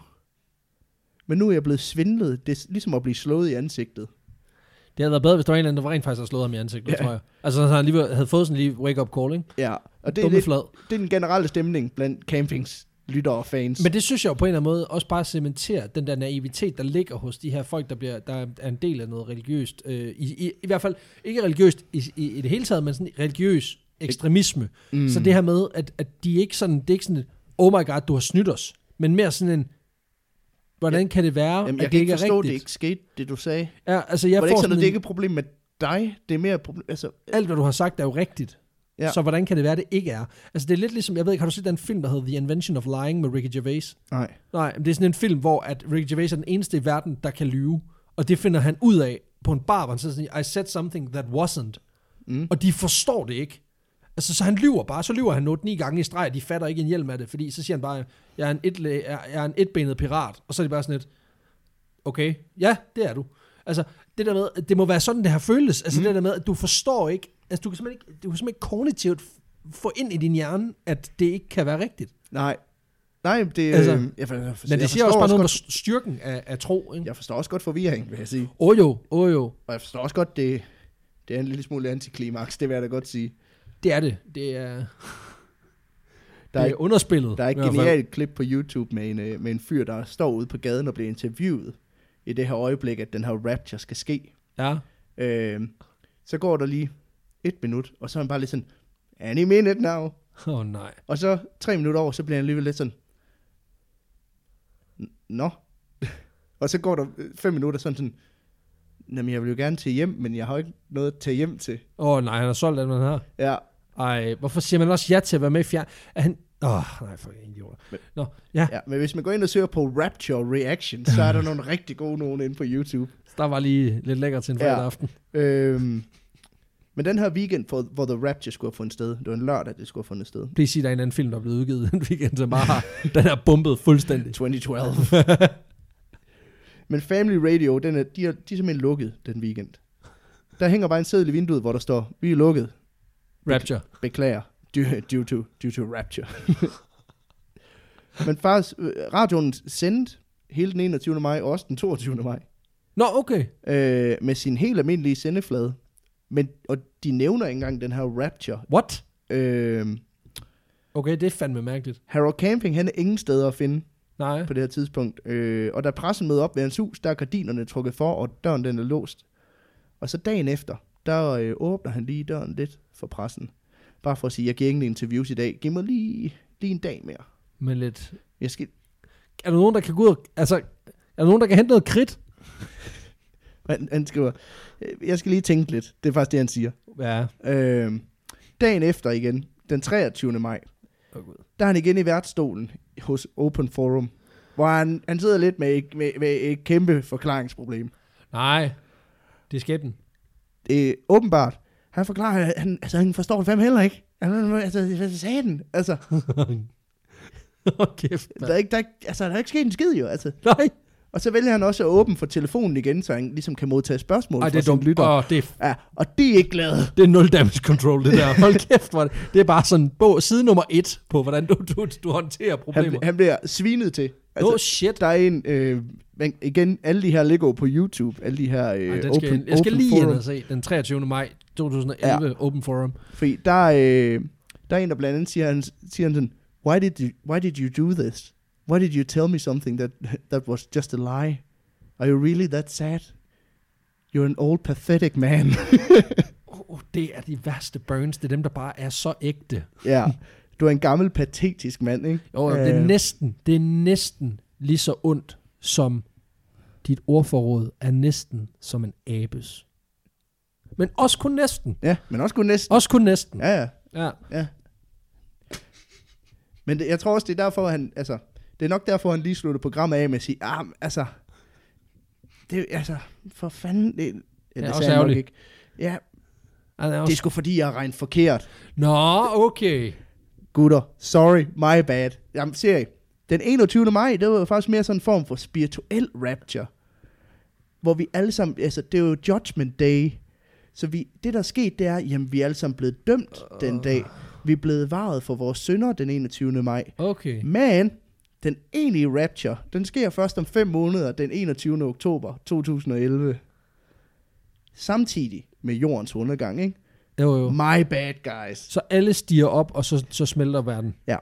B: Men nu er jeg blevet svindlet. Det er ligesom at blive slået i ansigtet.
A: Det havde været bedre, hvis der var en eller anden, der rent faktisk havde slået ham i ansigtet,
B: Ja.
A: tror jeg. Altså, så han lige havde fået sådan lige wake-up call, ikke?
B: Ja, og det er,
A: Dumme
B: lidt,
A: flad.
B: det er den generelle stemning blandt campings lyttere og fans.
A: Men det synes jeg jo på en eller anden måde også bare cementerer den der naivitet, der ligger hos de her folk, der, bliver, der er en del af noget religiøst. Øh, i, i, I hvert fald ikke religiøst i, i, i det hele taget, men sådan religiøs ekstremisme. Mm. Så det her med, at, at de ikke sådan, det er ikke sådan et, oh my god, du har snydt os, men mere sådan en, hvordan ja, kan det være, at
B: Jamen, jeg
A: det ikke
B: kan ikke
A: er
B: forstå,
A: rigtigt?
B: det ikke skete, det du sagde. Jeg
A: Ja, altså jeg
B: Var det
A: får
B: ikke sådan,
A: sådan
B: at det
A: en,
B: ikke er et problem med dig? Det er mere et problem... Altså,
A: alt hvad du har sagt er jo rigtigt.
B: Ja.
A: Ja. Så hvordan kan det være, det ikke er? Altså det er lidt ligesom, jeg ved ikke, har du set den film, der hedder The Invention of Lying med Ricky Gervais?
B: nej.
A: Nej, men det er sådan en film, hvor at Ricky Gervais er den eneste i verden, der kan lyve. Og det finder han ud af på en bar, hvor han siger sådan, I said something that wasn't.
B: Mm.
A: Mm. Og de forstår det ikke. Altså, så han lyver bare. Så lyver han 8-9 gange i streg, og de fatter ikke en hjelm af det. Fordi så siger han bare, jeg er en, et, jeg er en etbenet pirat. Og så er det bare sådan et, okay, ja, det er du. Altså, det der med, at det må være sådan, det har føles. Altså, mm. det der med, at du forstår ikke, altså, du kan simpelthen ikke, du kan simpelthen ikke kognitivt f- få ind i din hjerne, at det ikke kan være rigtigt.
B: Nej. Nej, det...
A: Altså,
B: Altså, jeg, for, jeg, for,
A: Men
B: jeg
A: det siger også
B: forstår
A: bare noget om
B: godt,
A: styrken af, af tro, ikke?
B: Jeg forstår også godt forvirring, vil jeg sige.
A: Åh oh, jo, åh oh, jo.
B: Og jeg forstår også godt, det, det er en lille smule antiklimaks, det vil jeg da godt sige.
A: Det er det. Det er, der
B: Der er
A: er, det
B: ikke-
A: er underspillet.
B: Der er et
A: i hvert fald.
B: genialt klip på YouTube med en, øh, med en fyr, der står ude på gaden og bliver interviewet i det her øjeblik, at den her rapture skal ske.
A: Ja,
B: Øh, så går der lige et minut, og så er han bare lidt sådan, and he mean it now.
A: Åh oh, nej.
B: Og så tre minutter over, så bliver han alligevel lidt sådan, "N- nå. og så går der øh, fem minutter sådan sådan, jamen jeg vil jo gerne til hjem, men jeg har jo ikke noget at tage hjem til.
A: Åh oh, nej, han har solgt alt, hvad han har.
B: Ja,
A: Ej, hvorfor siger man også ja til at være med i fjern? Er han... Åh, oh, nej, for idioter.
B: Men-
A: Nå, ja,
B: ja, men hvis man går ind og søger på Rapture Reaction, så er der nogle rigtig gode nogen inde på YouTube.
A: der var lige lidt lækker til en
B: Ja.
A: fredag aften.
B: Øhm, men den her weekend, hvor, hvor The Rapture skulle have fundet sted, det var en lørdag, det skulle have fundet sted.
A: Please sig, der er en anden film, der er blevet udgivet den weekend, som bare har, den er bumpet fuldstændig.
B: 2012. men Family Radio, den er, de, er, de er simpelthen lukket den weekend. Der hænger bare en seddel i vinduet, hvor der står, vi er lukket,
A: Rapture.
B: beklager, due, due, to, due to Rapture. men faktisk, øh, radioen sendte hele den 21. maj og også den 22. maj.
A: Nå, okay.
B: øh, med sin helt almindelige sendeflade. Men, og de nævner ikke engang den her Rapture.
A: What?
B: Øh,
A: Okay, det er fandme mærkeligt.
B: Harold Camping, han er ingen steder at finde
A: Nej.
B: på det her tidspunkt. Øh, og da pressen møder op ved hans hus, der er gardinerne trukket for, og døren den er låst. Og så dagen efter, der øh, åbner han lige døren lidt for pressen. Bare for at sige, jeg giver ingen interviews i dag. Giv mig lige, lige en dag mere.
A: Men lidt...
B: Jeg skal...
A: Er der nogen, der kan gå ud og, Altså, er der nogen, der kan hente noget kridt?
B: Han, han skriver, "Øh, jeg skal lige tænke lidt. Det er faktisk det, han siger.
A: Ja.
B: Øh, dagen efter igen, den 23. maj, der er han igen i værtsstolen hos Open Forum, hvor han, han sidder lidt med et, med, med et kæmpe forklaringsproblem.
A: Nej. Det er skæbnen.
B: Det er åbenbart. Han forklarer, at han, altså, han forstår det fandme heller ikke. Han, altså, hvad sagde den? Altså,
A: Åh, kæft,
B: der er, ikke, der, er, ikke- altså, der er ikke sket en skid jo. Altså.
A: Nej.
B: Og så vælger han også at åbne for telefonen igen, så han ligesom kan modtage spørgsmål
A: Ej, det er
B: fra
A: dumt.
B: sine lyttere.
A: Åh, det er
B: Ja, og det er ikke glad.
A: Det er nul damage control, det der. Hold kæft, hvor er det. Det er bare sådan bog, side nummer et på, hvordan du, du, du håndterer
B: Han,
A: problemer.
B: bl- han bliver svinet til. Altså,
A: No shit.
B: der er en, øh, men igen, alle de her Lego på YouTube, alle de her øh,
A: Ej, den skal,
B: open,
A: jeg skal
B: open
A: lige ind
B: forum,
A: og se den 23. maj 2011, ja. Open Forum.
B: Fordi der, er, øh, der er en, der blandt andet siger, han, siger han sådan, why did, you, why did you do this? Why did you tell me something that, that was just a lie? Are you really that sad? You're an old pathetic man.
A: Oh, det er de værste burns. Det er dem, der bare er så ægte.
B: ja, du er en gammel patetisk mand, ikke?
A: Jo, øh. det, er
B: Øh.
A: næsten, det er næsten lige så ondt, som dit ordforråd er næsten som en abes. Men også kun næsten.
B: Ja, men også kun næsten.
A: Også kun næsten. Ja.
B: Ja, ja.
A: ja.
B: Men det, jeg tror også, det er derfor, han, altså, det er nok derfor, han lige slutter programmet af med at sige, ah, men altså, det, altså, for fanden, det, ja,
A: er
B: det
A: også
B: sagde han nok
A: ærgerligt.
B: ikke. Ja,
A: Ej, der er
B: det
A: Altså,
B: er
A: også...
B: sgu fordi, jeg har regnet forkert.
A: Nå, okay.
B: Gutter, sorry, my bad. Jamen, ser I, den 21. maj, det var jo faktisk mere sådan en form for spirituel rapture. Hvor vi alle sammen, altså, det er jo judgment day. Så vi, det, der er sket, det er, jamen, vi er alle sammen blevet dømt uh. den dag. Vi er blevet varet for vores synder den 21. maj.
A: Okay.
B: Men den egentlige Rapture, den sker først om 5 måneder, den 21. oktober 2011. Samtidig med jordens undergang, ikke?
A: Jo, jo.
B: My bad, guys.
A: Så alle stiger op, og så, så smelter verden.
B: Ja.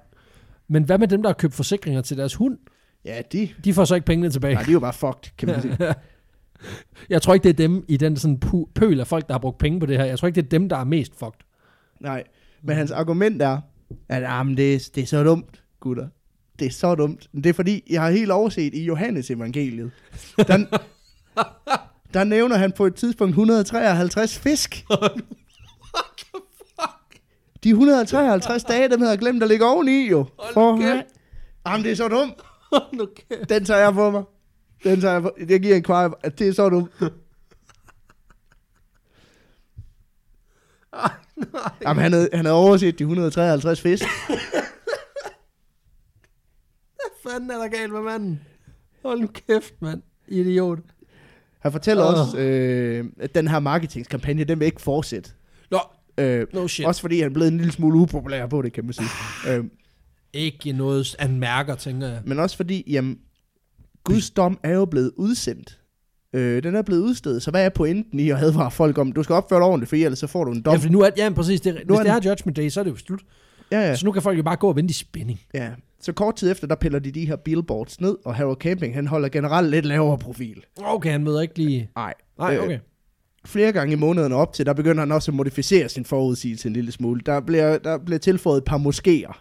A: Men hvad med dem, der har købt forsikringer til deres hund?
B: Ja, de,
A: De får så ikke pengene tilbage.
B: nej, de er jo bare fucked, kan man sige.
A: Jeg tror ikke, det er dem i den sådan pu- pøl af folk, der har brugt penge på det her. Jeg tror ikke, det er dem, der er mest fucked.
B: Nej, men hans argument er, at ah, men det, er- det er så dumt, gutter. Det er så dumt. Men det er fordi, jeg har helt overset i Johannes evangeliet. Der, der nævner han på et tidspunkt 153 fisk. De 153 dage, dem havde jeg glemt at ligge oveni jo. For, Jamen, det er så dumt. Den tager jeg på mig. Den tager jeg på. Jeg giver en kvart. Det er så dumt. Jamen, han havde, han havde overset de 153 fisk.
A: Hvad fanden er der galt med manden? Hold nu kæft, mand. Idiot.
B: Han fortæller
A: Åh.
B: oh. også, øh, at den her marketingskampagne, den vil ikke fortsætte.
A: Nå,
B: Øh,
A: no shit. Ah. Også...
B: også fordi han er blevet en lille smule upopulær på det, kan man sige. øh,
A: Ikke noget, han mærker, tænker jeg.
B: men også fordi, jamen, Guds dom er jo blevet udsendt. Øh, den er blevet udstedet, så hvad er pointen i at advare folk om, du skal opføre dig ordentligt, for ellers så får du en
A: Ja,
B: dom.
A: fordi nu er, ja, men præcis, det, nu hvis
B: er
A: det er Judgment Day, så er det jo slut.
B: Ja, ja,
A: Ja. Så nu kan folk jo bare gå og vente i spænding.
B: ja. Så kort tid efter, der piller de de her billboards ned, og Harold Camping, han holder generelt lidt lavere profil.
A: Okay, han møder ikke lige...
B: Nej.
A: Nej, okay.
B: flere gange i månederne op til, der begynder han også at modificere sin forudsigelse en lille smule. Der bliver, der bliver tilføjet et par moskéer,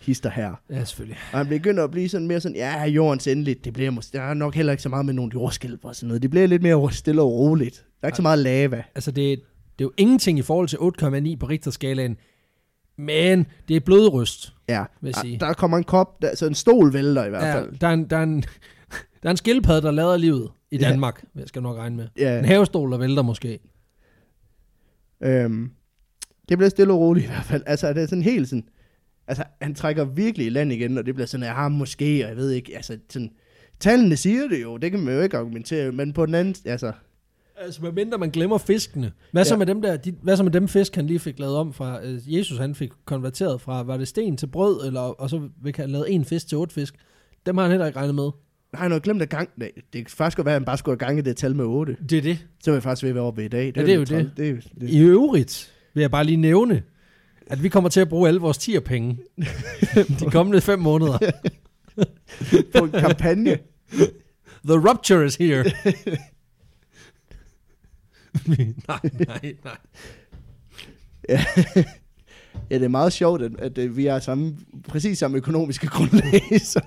B: hister her.
A: Ja, selvfølgelig.
B: Og han begynder at blive sådan mere sådan, ja, jordens endeligt, det bliver måske, der er nok heller ikke så meget med nogle jordskælv og sådan noget. Det bliver lidt mere stille og roligt. Der er ikke så meget lava.
A: Altså, det, det er jo ingenting i forhold til 8,9 på Richterskalaen, men det er blodryst.
B: Ja,
A: Vil jeg sige.
B: der, der kommer en kop, der, så en stol vælter i hvert
A: Ja,
B: fald.
A: der er en, der er en, der er en skildpadde, der lader livet i
B: Ja.
A: Danmark, ja. skal jeg nok regne med.
B: Ja,
A: En havestol, der vælter måske.
B: øhm, det bliver stille og roligt i hvert fald. Altså, det er sådan helt sådan, altså, han trækker virkelig i land igen, og det bliver sådan, ja, måske, og jeg ved ikke, altså, sådan, tallene siger det jo, det kan man jo ikke argumentere, men på den anden, altså,
A: Altså, medmindre man glemmer fiskene. Hvad så,
B: Ja.
A: ja. med dem der, de, hvad så med dem fisk, han lige fik lavet om fra, øh, Jesus han fik konverteret fra, var det sten til brød, eller, og så fik han lavet en fisk til otte fisk. Dem har han heller ikke regnet med.
B: nej, nu har jeg glemt at gang, nej, det kan faktisk godt være, at han bare skulle have ganget det tal med 8.
A: Det er det.
B: Så er vi faktisk ved at være oppe i dag.
A: Ja, det er
B: lidt
A: jo det.
B: træls. det, er- det.
A: I øvrigt vil jeg bare lige nævne, at vi kommer til at bruge alle vores tierpenge de kommende fem måneder.
B: på en kampagne.
A: The rupture is here. nej, nej, nej.
B: ja, det er meget sjovt, at, at øh, vi har samme, præcis samme økonomiske grundlag. Som,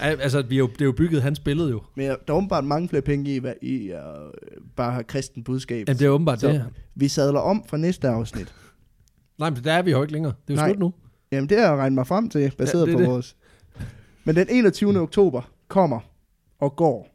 A: Al- Altså, vi er jo, det er jo bygget hans billede jo.
B: men der er åbenbart mange flere penge i, hvad- i at øh, bare have kristen budskab.
A: Jamen, det er åbenbart
B: Så-
A: det her.
B: Vi sadler om fra næste afsnit.
A: Nej, men der er vi jo ikke længere. Det er jo
B: Nej.
A: slut nu.
B: Jamen, det har jeg regnet mig frem til, baseret
A: det
B: ja,
A: er
B: på
A: det.
B: vores. Men den 21. oktober kommer og går.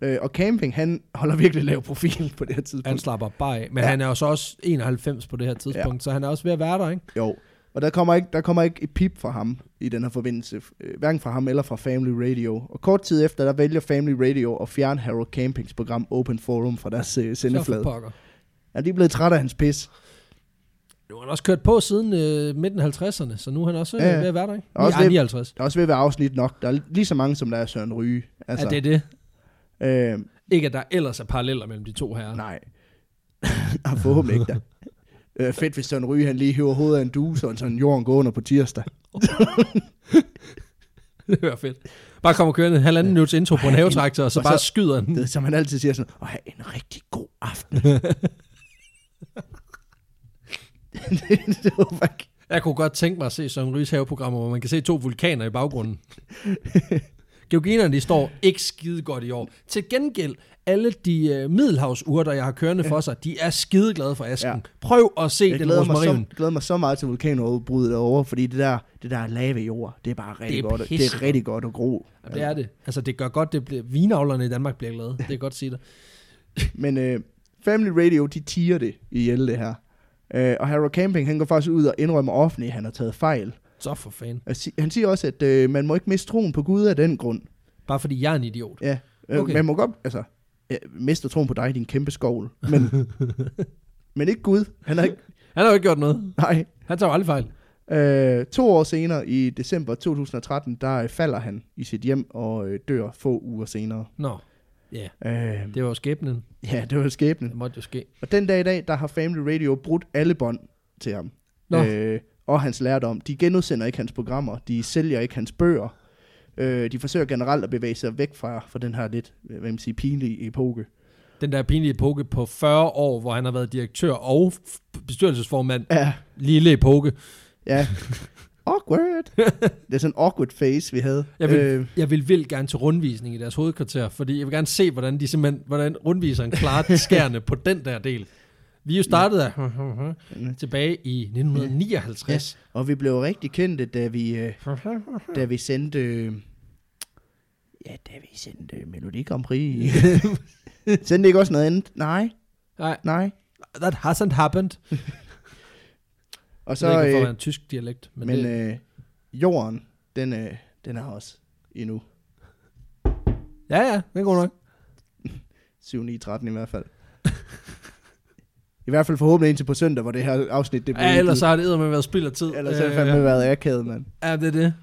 B: Øh, og camping, han holder virkelig lav profil på det her tidspunkt.
A: Han slapper bare af. Men
B: Ja.
A: ja. han er jo så også 91 på det her tidspunkt, ja. så han er også ved at være der, ikke?
B: Jo, og der kommer, ikke, der kommer ikke et pip fra ham i den her forbindelse, øh, hverken fra ham eller fra Family Radio. Og kort tid efter, der vælger Family Radio at fjerne Harold Campings program Open Forum fra deres øh,
A: Så for
B: sendeflade.
A: pokker.
B: Ja, de er blevet trætte af hans pis.
A: Nu har han også kørt på siden øh, midten af 50'erne, så nu er han også øh,
B: Ja, ja.
A: ved at være der, ikke?
B: Og også
A: Også
B: det-
A: 59.
B: Der er også ved at være afsnit nok. Der er lige så mange, som der er Søren Ryge.
A: Altså.
B: Altså,
A: Er det det?
B: det... Øh,
A: Ikke, at der ellers er paralleller mellem de to her.
B: nej. Ah, Forhåbentlig ikke der. Øh, fedt, hvis Søren Ryge han lige hiver hovedet af en duse, og sådan jorden går under på tirsdag.
A: Det hører fedt. Bare kommer kørende halvanden minuts intro på en havetraktor, og så
B: Og
A: bare
B: så-
A: skyder den.
B: Det, er, som han altid siger sådan, og have en rigtig god aften. det, det, var faktisk,
A: Jeg kunne godt tænke mig at se sådan en haveprogrammer, hvor man kan se to vulkaner i baggrunden. Georginerne, de står ikke skide godt i år. Til gengæld, alle de øh, middelhavsurter, jeg har kørende for sig, de er skide glade for asken.
B: Ja.
A: Ja. Prøv at se
B: jeg
A: den
B: glæder mig,
A: rosmarin.
B: så, glæder mig så meget til vulkanudbruddet derovre, fordi det der, det der lave jord, det er bare rigtig
A: er
B: godt. og- Det er
A: pissegodt.
B: rigtig godt at gro.
A: Jamen, det er det. Altså, det gør godt, det bliver, vinavlerne i Danmark bliver glade. Det kan jeg godt sige dig.
B: Men øh, Family Radio, de tiger det i hjælp det her. Øh, og Harold Camping, han går faktisk ud og indrømmer offentligt, at han har taget fejl.
A: Så for fanden.
B: Og si- Han siger også, at øh, man må ikke miste troen på Gud af den grund.
A: Bare fordi jeg er en idiot.
B: Ja, øh, okay.
A: Okay.
B: man må godt, altså, ja, miste troen på dig, din kæmpe skovl. Men, men ikke Gud. Han har ikke,
A: Han har jo ikke gjort noget.
B: nej.
A: Han tager jo aldrig fejl.
B: Øh, to år senere, i december 2013, der øh, falder han i sit hjem og øh, dør få uger senere.
A: Nå, ja.
B: Øh,
A: Det var jo skæbnen.
B: ja, det var skæbnen.
A: Det måtte jo ske.
B: Og den dag i dag, der har Family Radio brudt alle bånd til ham.
A: Nå.
B: Øh, og hans lærdom. De genudsender ikke hans programmer. De sælger ikke hans bøger. Øh, de forsøger generelt at bevæge sig væk fra, fra den her lidt, øh, hvad man siger, pinlige epoke.
A: Den der pinlige epoke på 40 år, hvor han har været direktør og f- bestyrelsesformand.
B: Ja,
A: Lille epoke.
B: ja. awkward. Det er sådan en awkward face, vi havde.
A: Jeg vil-
B: Øh,
A: Jeg vil vildt gerne til rundvisning i deres hovedkvarter, fordi jeg vil gerne se, hvordan de simpelthen, hvordan rundviseren klarer skærene på den der del. Vi er jo startet af, tilbage i 1959.
B: Øh, og vi blev rigtig kendte, da vi... Øh, da vi sendte... øh, Ja, da vi sendte øh, Melodi Grand Prix. sendte ikke også noget andet? Nej,
A: Nej,
B: nej.
A: that hasn't happened.
B: Og
A: Så,
B: så,
A: jeg ved ikke, hvorfor
B: øh,
A: han er en tysk dialekt. Men,
B: men,
A: men det, øh,
B: øh, jorden, den, øh, den er også endnu.
A: ja, ja, det er god nok.
B: 7, 9, 13 i hvert fald. I hvert fald forhåbentlig indtil på søndag, hvor det her afsnit det bliver
A: Ja, ellers så
B: udgivet.
A: har det eddermed været spild af tid.
B: ellers har det
A: Øh,
B: fandme været akavet, mand.
A: Ja, det er det.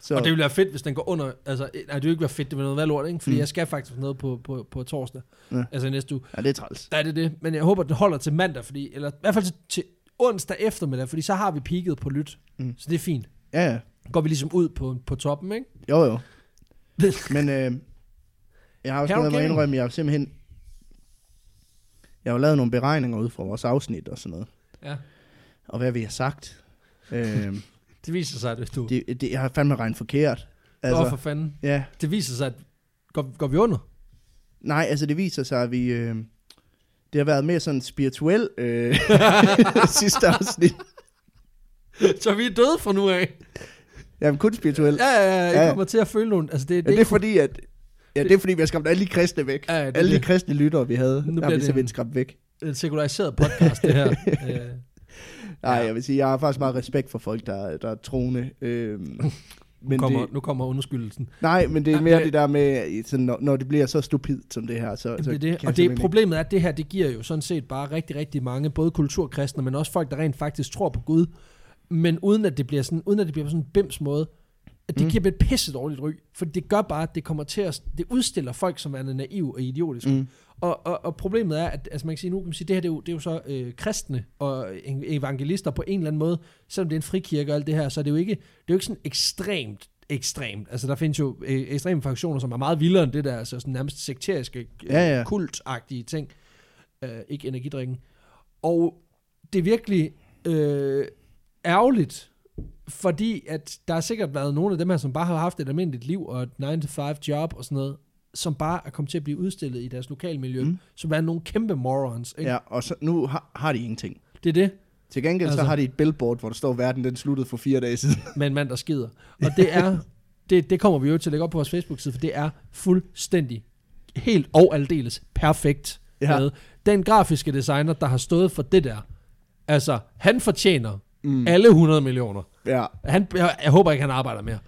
B: Så,
A: Og det ville være fedt, hvis den går under... Altså, nej, det ville ikke være fedt, det ville noget være lort, ikke? Fordi
B: Mm.
A: mm. jeg skal faktisk noget på, på, på torsdag.
B: Ja.
A: Ja. Altså i næste uge.
B: ja, det er træls.
A: Ja, det er det. Men jeg håber, den holder til mandag, fordi... Eller i hvert fald til, til onsdag eftermiddag, fordi så har vi peaked på lyt.
B: Mm.
A: Mm. Så det er fint.
B: Ja, ja.
A: Går vi ligesom ud på, på toppen, ikke?
B: Jo, jo. Men øh, jeg har også
A: Harold
B: noget med at
A: Camping.
B: indrømme, jeg har simpelthen... Jeg har jo lavet nogle beregninger ud fra vores afsnit og sådan noget.
A: Ja.
B: Og hvad vi har sagt. øhm,
A: Det viser sig, at hvis du... Det,
B: det, det, jeg har fandme regnet forkert.
A: altså, for fanden.
B: ja.
A: Det viser sig, at går, går vi under?
B: Nej, altså det viser sig, at vi... Øh, det har været mere sådan spirituel øh, sidste afsnit.
A: Så vi er døde fra nu af.
B: Jamen kun spirituel.
A: Ja, ja, ja. Jeg
B: Ja.
A: kommer til at føle nogle... Altså, det, det,
B: Ja, det
A: ikke-
B: er fordi, at... Ja, det er fordi, vi har skræmt alle de kristne væk.
A: Ja, ja, det er
B: alle de
A: det.
B: kristne lyttere, vi havde,
A: Nu
B: nu
A: bliver
B: har vi
A: det en-
B: simpelthen skræmt væk.
A: en sekulariseret podcast, det her. Øh,
B: Nej,
A: Ja.
B: jeg vil sige, jeg har faktisk meget respekt for folk, der, der er troende. Øh,
A: nu,
B: men
A: kommer,
B: det,
A: nu kommer undskyldelsen.
B: nej, men det er
A: Ja,
B: mere
A: men-
B: det der med, sådan, når, når det bliver så stupidt som det her, så,
A: Jamen,
B: så
A: Det er
B: kan
A: det.
B: jeg
A: Og det
B: simpelthen
A: er
B: ikke-
A: problemet er, at det her, det giver jo sådan set bare rigtig, rigtig mange, både kulturkristne, men også folk, der rent faktisk tror på Gud, men uden at det bliver sådan, uden at det bliver på sådan en bims måde, at det mm.
B: Mm.
A: giver dem et pisse dårligt ry, for det gør bare, at det kommer til at, det udstiller folk som værende naiv og idiotisk. Mm.
B: Mm.
A: Og, og, og, problemet er, at altså man kan sige, nu kan man sige, det her det er jo, det er jo så øh, kristne og en- evangelister på en eller anden måde, selvom det er en frikirke og alt det her, så er det jo ikke, det er jo ikke sådan ekstremt ekstremt. Altså der findes jo øh, ekstreme fraktioner, som er meget vildere end det der, altså sådan nærmest sekteriske, øh,
B: Ja, ja.
A: kultagtige ting. Øh, ikke energidrikken. Og det er virkelig øh, ærgerligt, fordi at der har sikkert været nogle af dem her, som bare har haft et almindeligt liv og et 9-to-5 job og sådan noget, som bare er kommet til at blive udstillet i deres lokalmiljø, mm.
B: Mm.
A: som er nogle kæmpe morons. Ikke? Ja.
B: Ja, og så, nu har, har de ingenting.
A: Det er det,
B: Til gengæld altså.
A: Altså.
B: så har de et billboard, hvor der står, verden den sluttede for fire dage siden.
A: med en mand, der skider. Og det er, det, det kommer vi jo til at lægge op på vores Facebook-side, for det er fuldstændig, helt og aldeles perfekt.
B: Ja.
A: Med. Den grafiske designer, der har stået for det der, altså han fortjener mm. alle 100 millioner.
B: Ja,
A: Han, jeg, jeg håber ikke, han arbejder mere.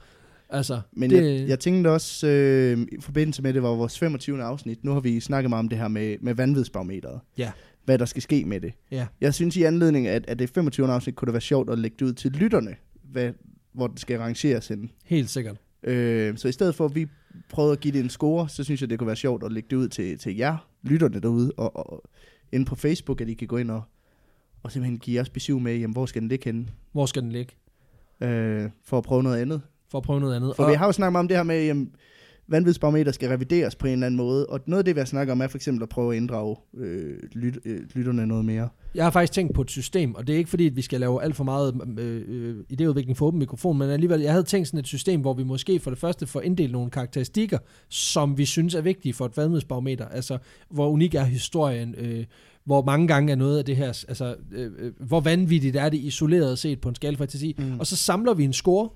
A: Altså,
B: men det...
A: det,
B: jeg, jeg tænkte også, øh, i forbindelse med, at det var vores 25. afsnit, nu har vi snakket meget om det her med, med vanvidsbarometeret.
A: Ja.
B: Hvad der skal ske med det.
A: ja.
B: Jeg synes i anledning af, at det 25. afsnit kunne det være sjovt at lægge det ud til lytterne, hvad, hvor den skal arrangeres henne.
A: Helt sikkert.
B: Øh, så i stedet for, at vi prøvede at give det en score, så synes jeg, det kunne være sjovt at lægge det ud til, til jer, lytterne derude, og, og inde på Facebook, at I kan gå ind og, og simpelthen give jeres besøg med, jamen, hvor skal den ligge henne,
A: Hvor skal den ligge?
B: øh, for at prøve noget andet.
A: For at prøve noget andet.
B: For
A: og,
B: vi har jo snakket meget om det her med, jamen, vanvidsbarometer skal revideres på en eller anden måde, og noget af det, vi har snakket om, er for eksempel at prøve at inddrage øh, lyt, øh, lytterne noget mere.
A: Jeg har faktisk tænkt på et system, og det er ikke fordi, at vi skal lave alt for meget øh, øh, idéudvikling for åben mikrofon, men alligevel, jeg havde tænkt sådan et system, hvor vi måske for det første får inddelt nogle karakteristikker, som vi synes er vigtige for et vadmedsbarometer, altså hvor unik er historien, øh, hvor mange gange er noget af det her, altså øh, øh, hvor vanvittigt er det isoleret set på en skala fra 1 til 10, mm. og så samler vi en score,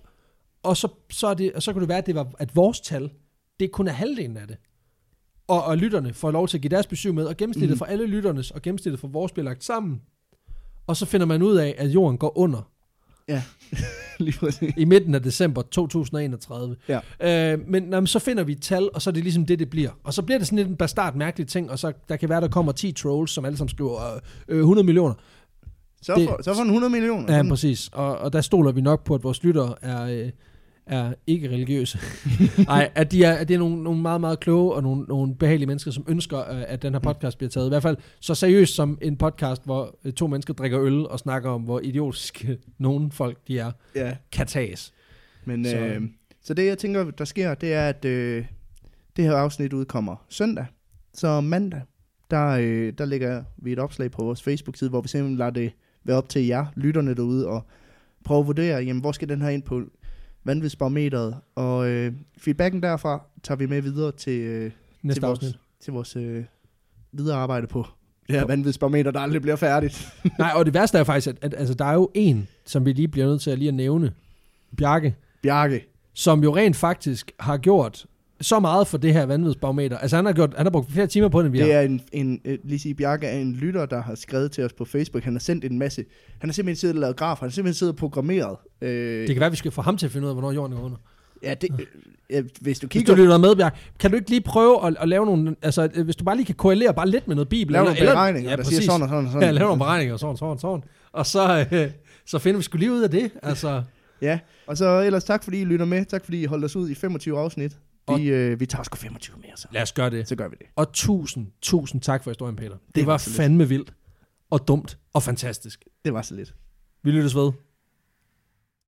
A: og så, så, er det, og så kunne det være, at, det var, at vores tal, det kun er halvdelen af det. Og, og lytterne får lov til at give deres besøg med, og gennemsnittet mm.
B: Mm.
A: for alle lytternes og gennemsnittet for vores bliver lagt sammen. Og så finder man ud af, at jorden går under
B: Lige præcis.
A: i midten af december 2031.
B: Ja.
A: Øh, men jamen, så finder vi et tal, og så er det ligesom det, det bliver. Og så bliver det sådan lidt en bastard mærkelig ting, og så der kan være, der kommer 10 trolls, som alle sammen skriver øh, øh, 100 millioner.
B: Så,
A: Det-
B: for, så for en 100 millioner.
A: Ja,
B: Sådan.
A: præcis. Og, og der stoler vi nok på, at vores lyttere er, øh, er ikke religiøse. Nej, at de er, at det er nogle, nogle meget, meget kloge og nogle, nogle behagelige mennesker, som ønsker, øh, at den her
B: Mm.
A: podcast bliver taget. I hvert fald så seriøst som en podcast, hvor øh, to mennesker drikker øl og snakker om, hvor idiotiske nogle folk de er,
B: ja.
A: kan tages.
B: Men
A: Så-
B: så. Øh, så det jeg tænker, der sker, det er, at øh, det her afsnit udkommer søndag. Så mandag, der, øh, der lægger vi et opslag på vores Facebook-side, hvor vi simpelthen lader det være op til jer, lytterne derude, og prøve at vurdere, jamen, hvor skal den her ind på vanvidsbarometeret. Og øh, feedbacken derfra tager vi med videre til, øh, til
A: Næste afsnit.
B: vores, til vores øh, videre arbejde på det her vanvidsbarometer, der aldrig bliver færdigt.
A: Nej, og det værste er faktisk, at, at altså, der er jo en, som vi lige bliver nødt til at lige at nævne, Bjarke,
B: Bjarke.
A: som jo rent faktisk har gjort så meget for det her vanvidsbarometer. Altså han har, gjort, han har brugt flere timer på det, end vi har.
B: Det er en, en øh, lige sige, Bjarke er en lytter, der har skrevet til os på Facebook. Han har sendt en masse. Han har simpelthen siddet og lavet grafer. Han har simpelthen siddet og programmeret. Øh,
A: Det kan være, vi skal få ham til at finde ud af, hvornår jorden er under.
B: ja, det, øh, ja, hvis du
A: Hvis du
B: kigger...
A: lytter med, Bjarke, kan du ikke lige prøve at, at lave nogle... Altså, øh, hvis du bare lige kan korrelere bare lidt med noget bibel.
B: Lav nogle
A: eller- eller-
B: beregninger, ja, der siger sådan og sådan og sådan.
A: Ja, lave nogle beregninger, og sådan, sådan, sådan. Og så, øh, så finder vi sgu lige ud af det. Altså,
B: Ja, og så ellers tak, fordi I lytter med. Tak, fordi I holdt os ud i 25 afsnit.
A: Og-
B: Vi, øh, vi tager sgu 25 mere, så.
A: lad os gøre det.
B: Så gør vi det.
A: Og tusind, tusind tak for historien, Peter. Det, det
B: var
A: var
B: så lidt.
A: fandme vildt og dumt og fantastisk.
B: Det var så lidt.
A: Vi lyttes ved.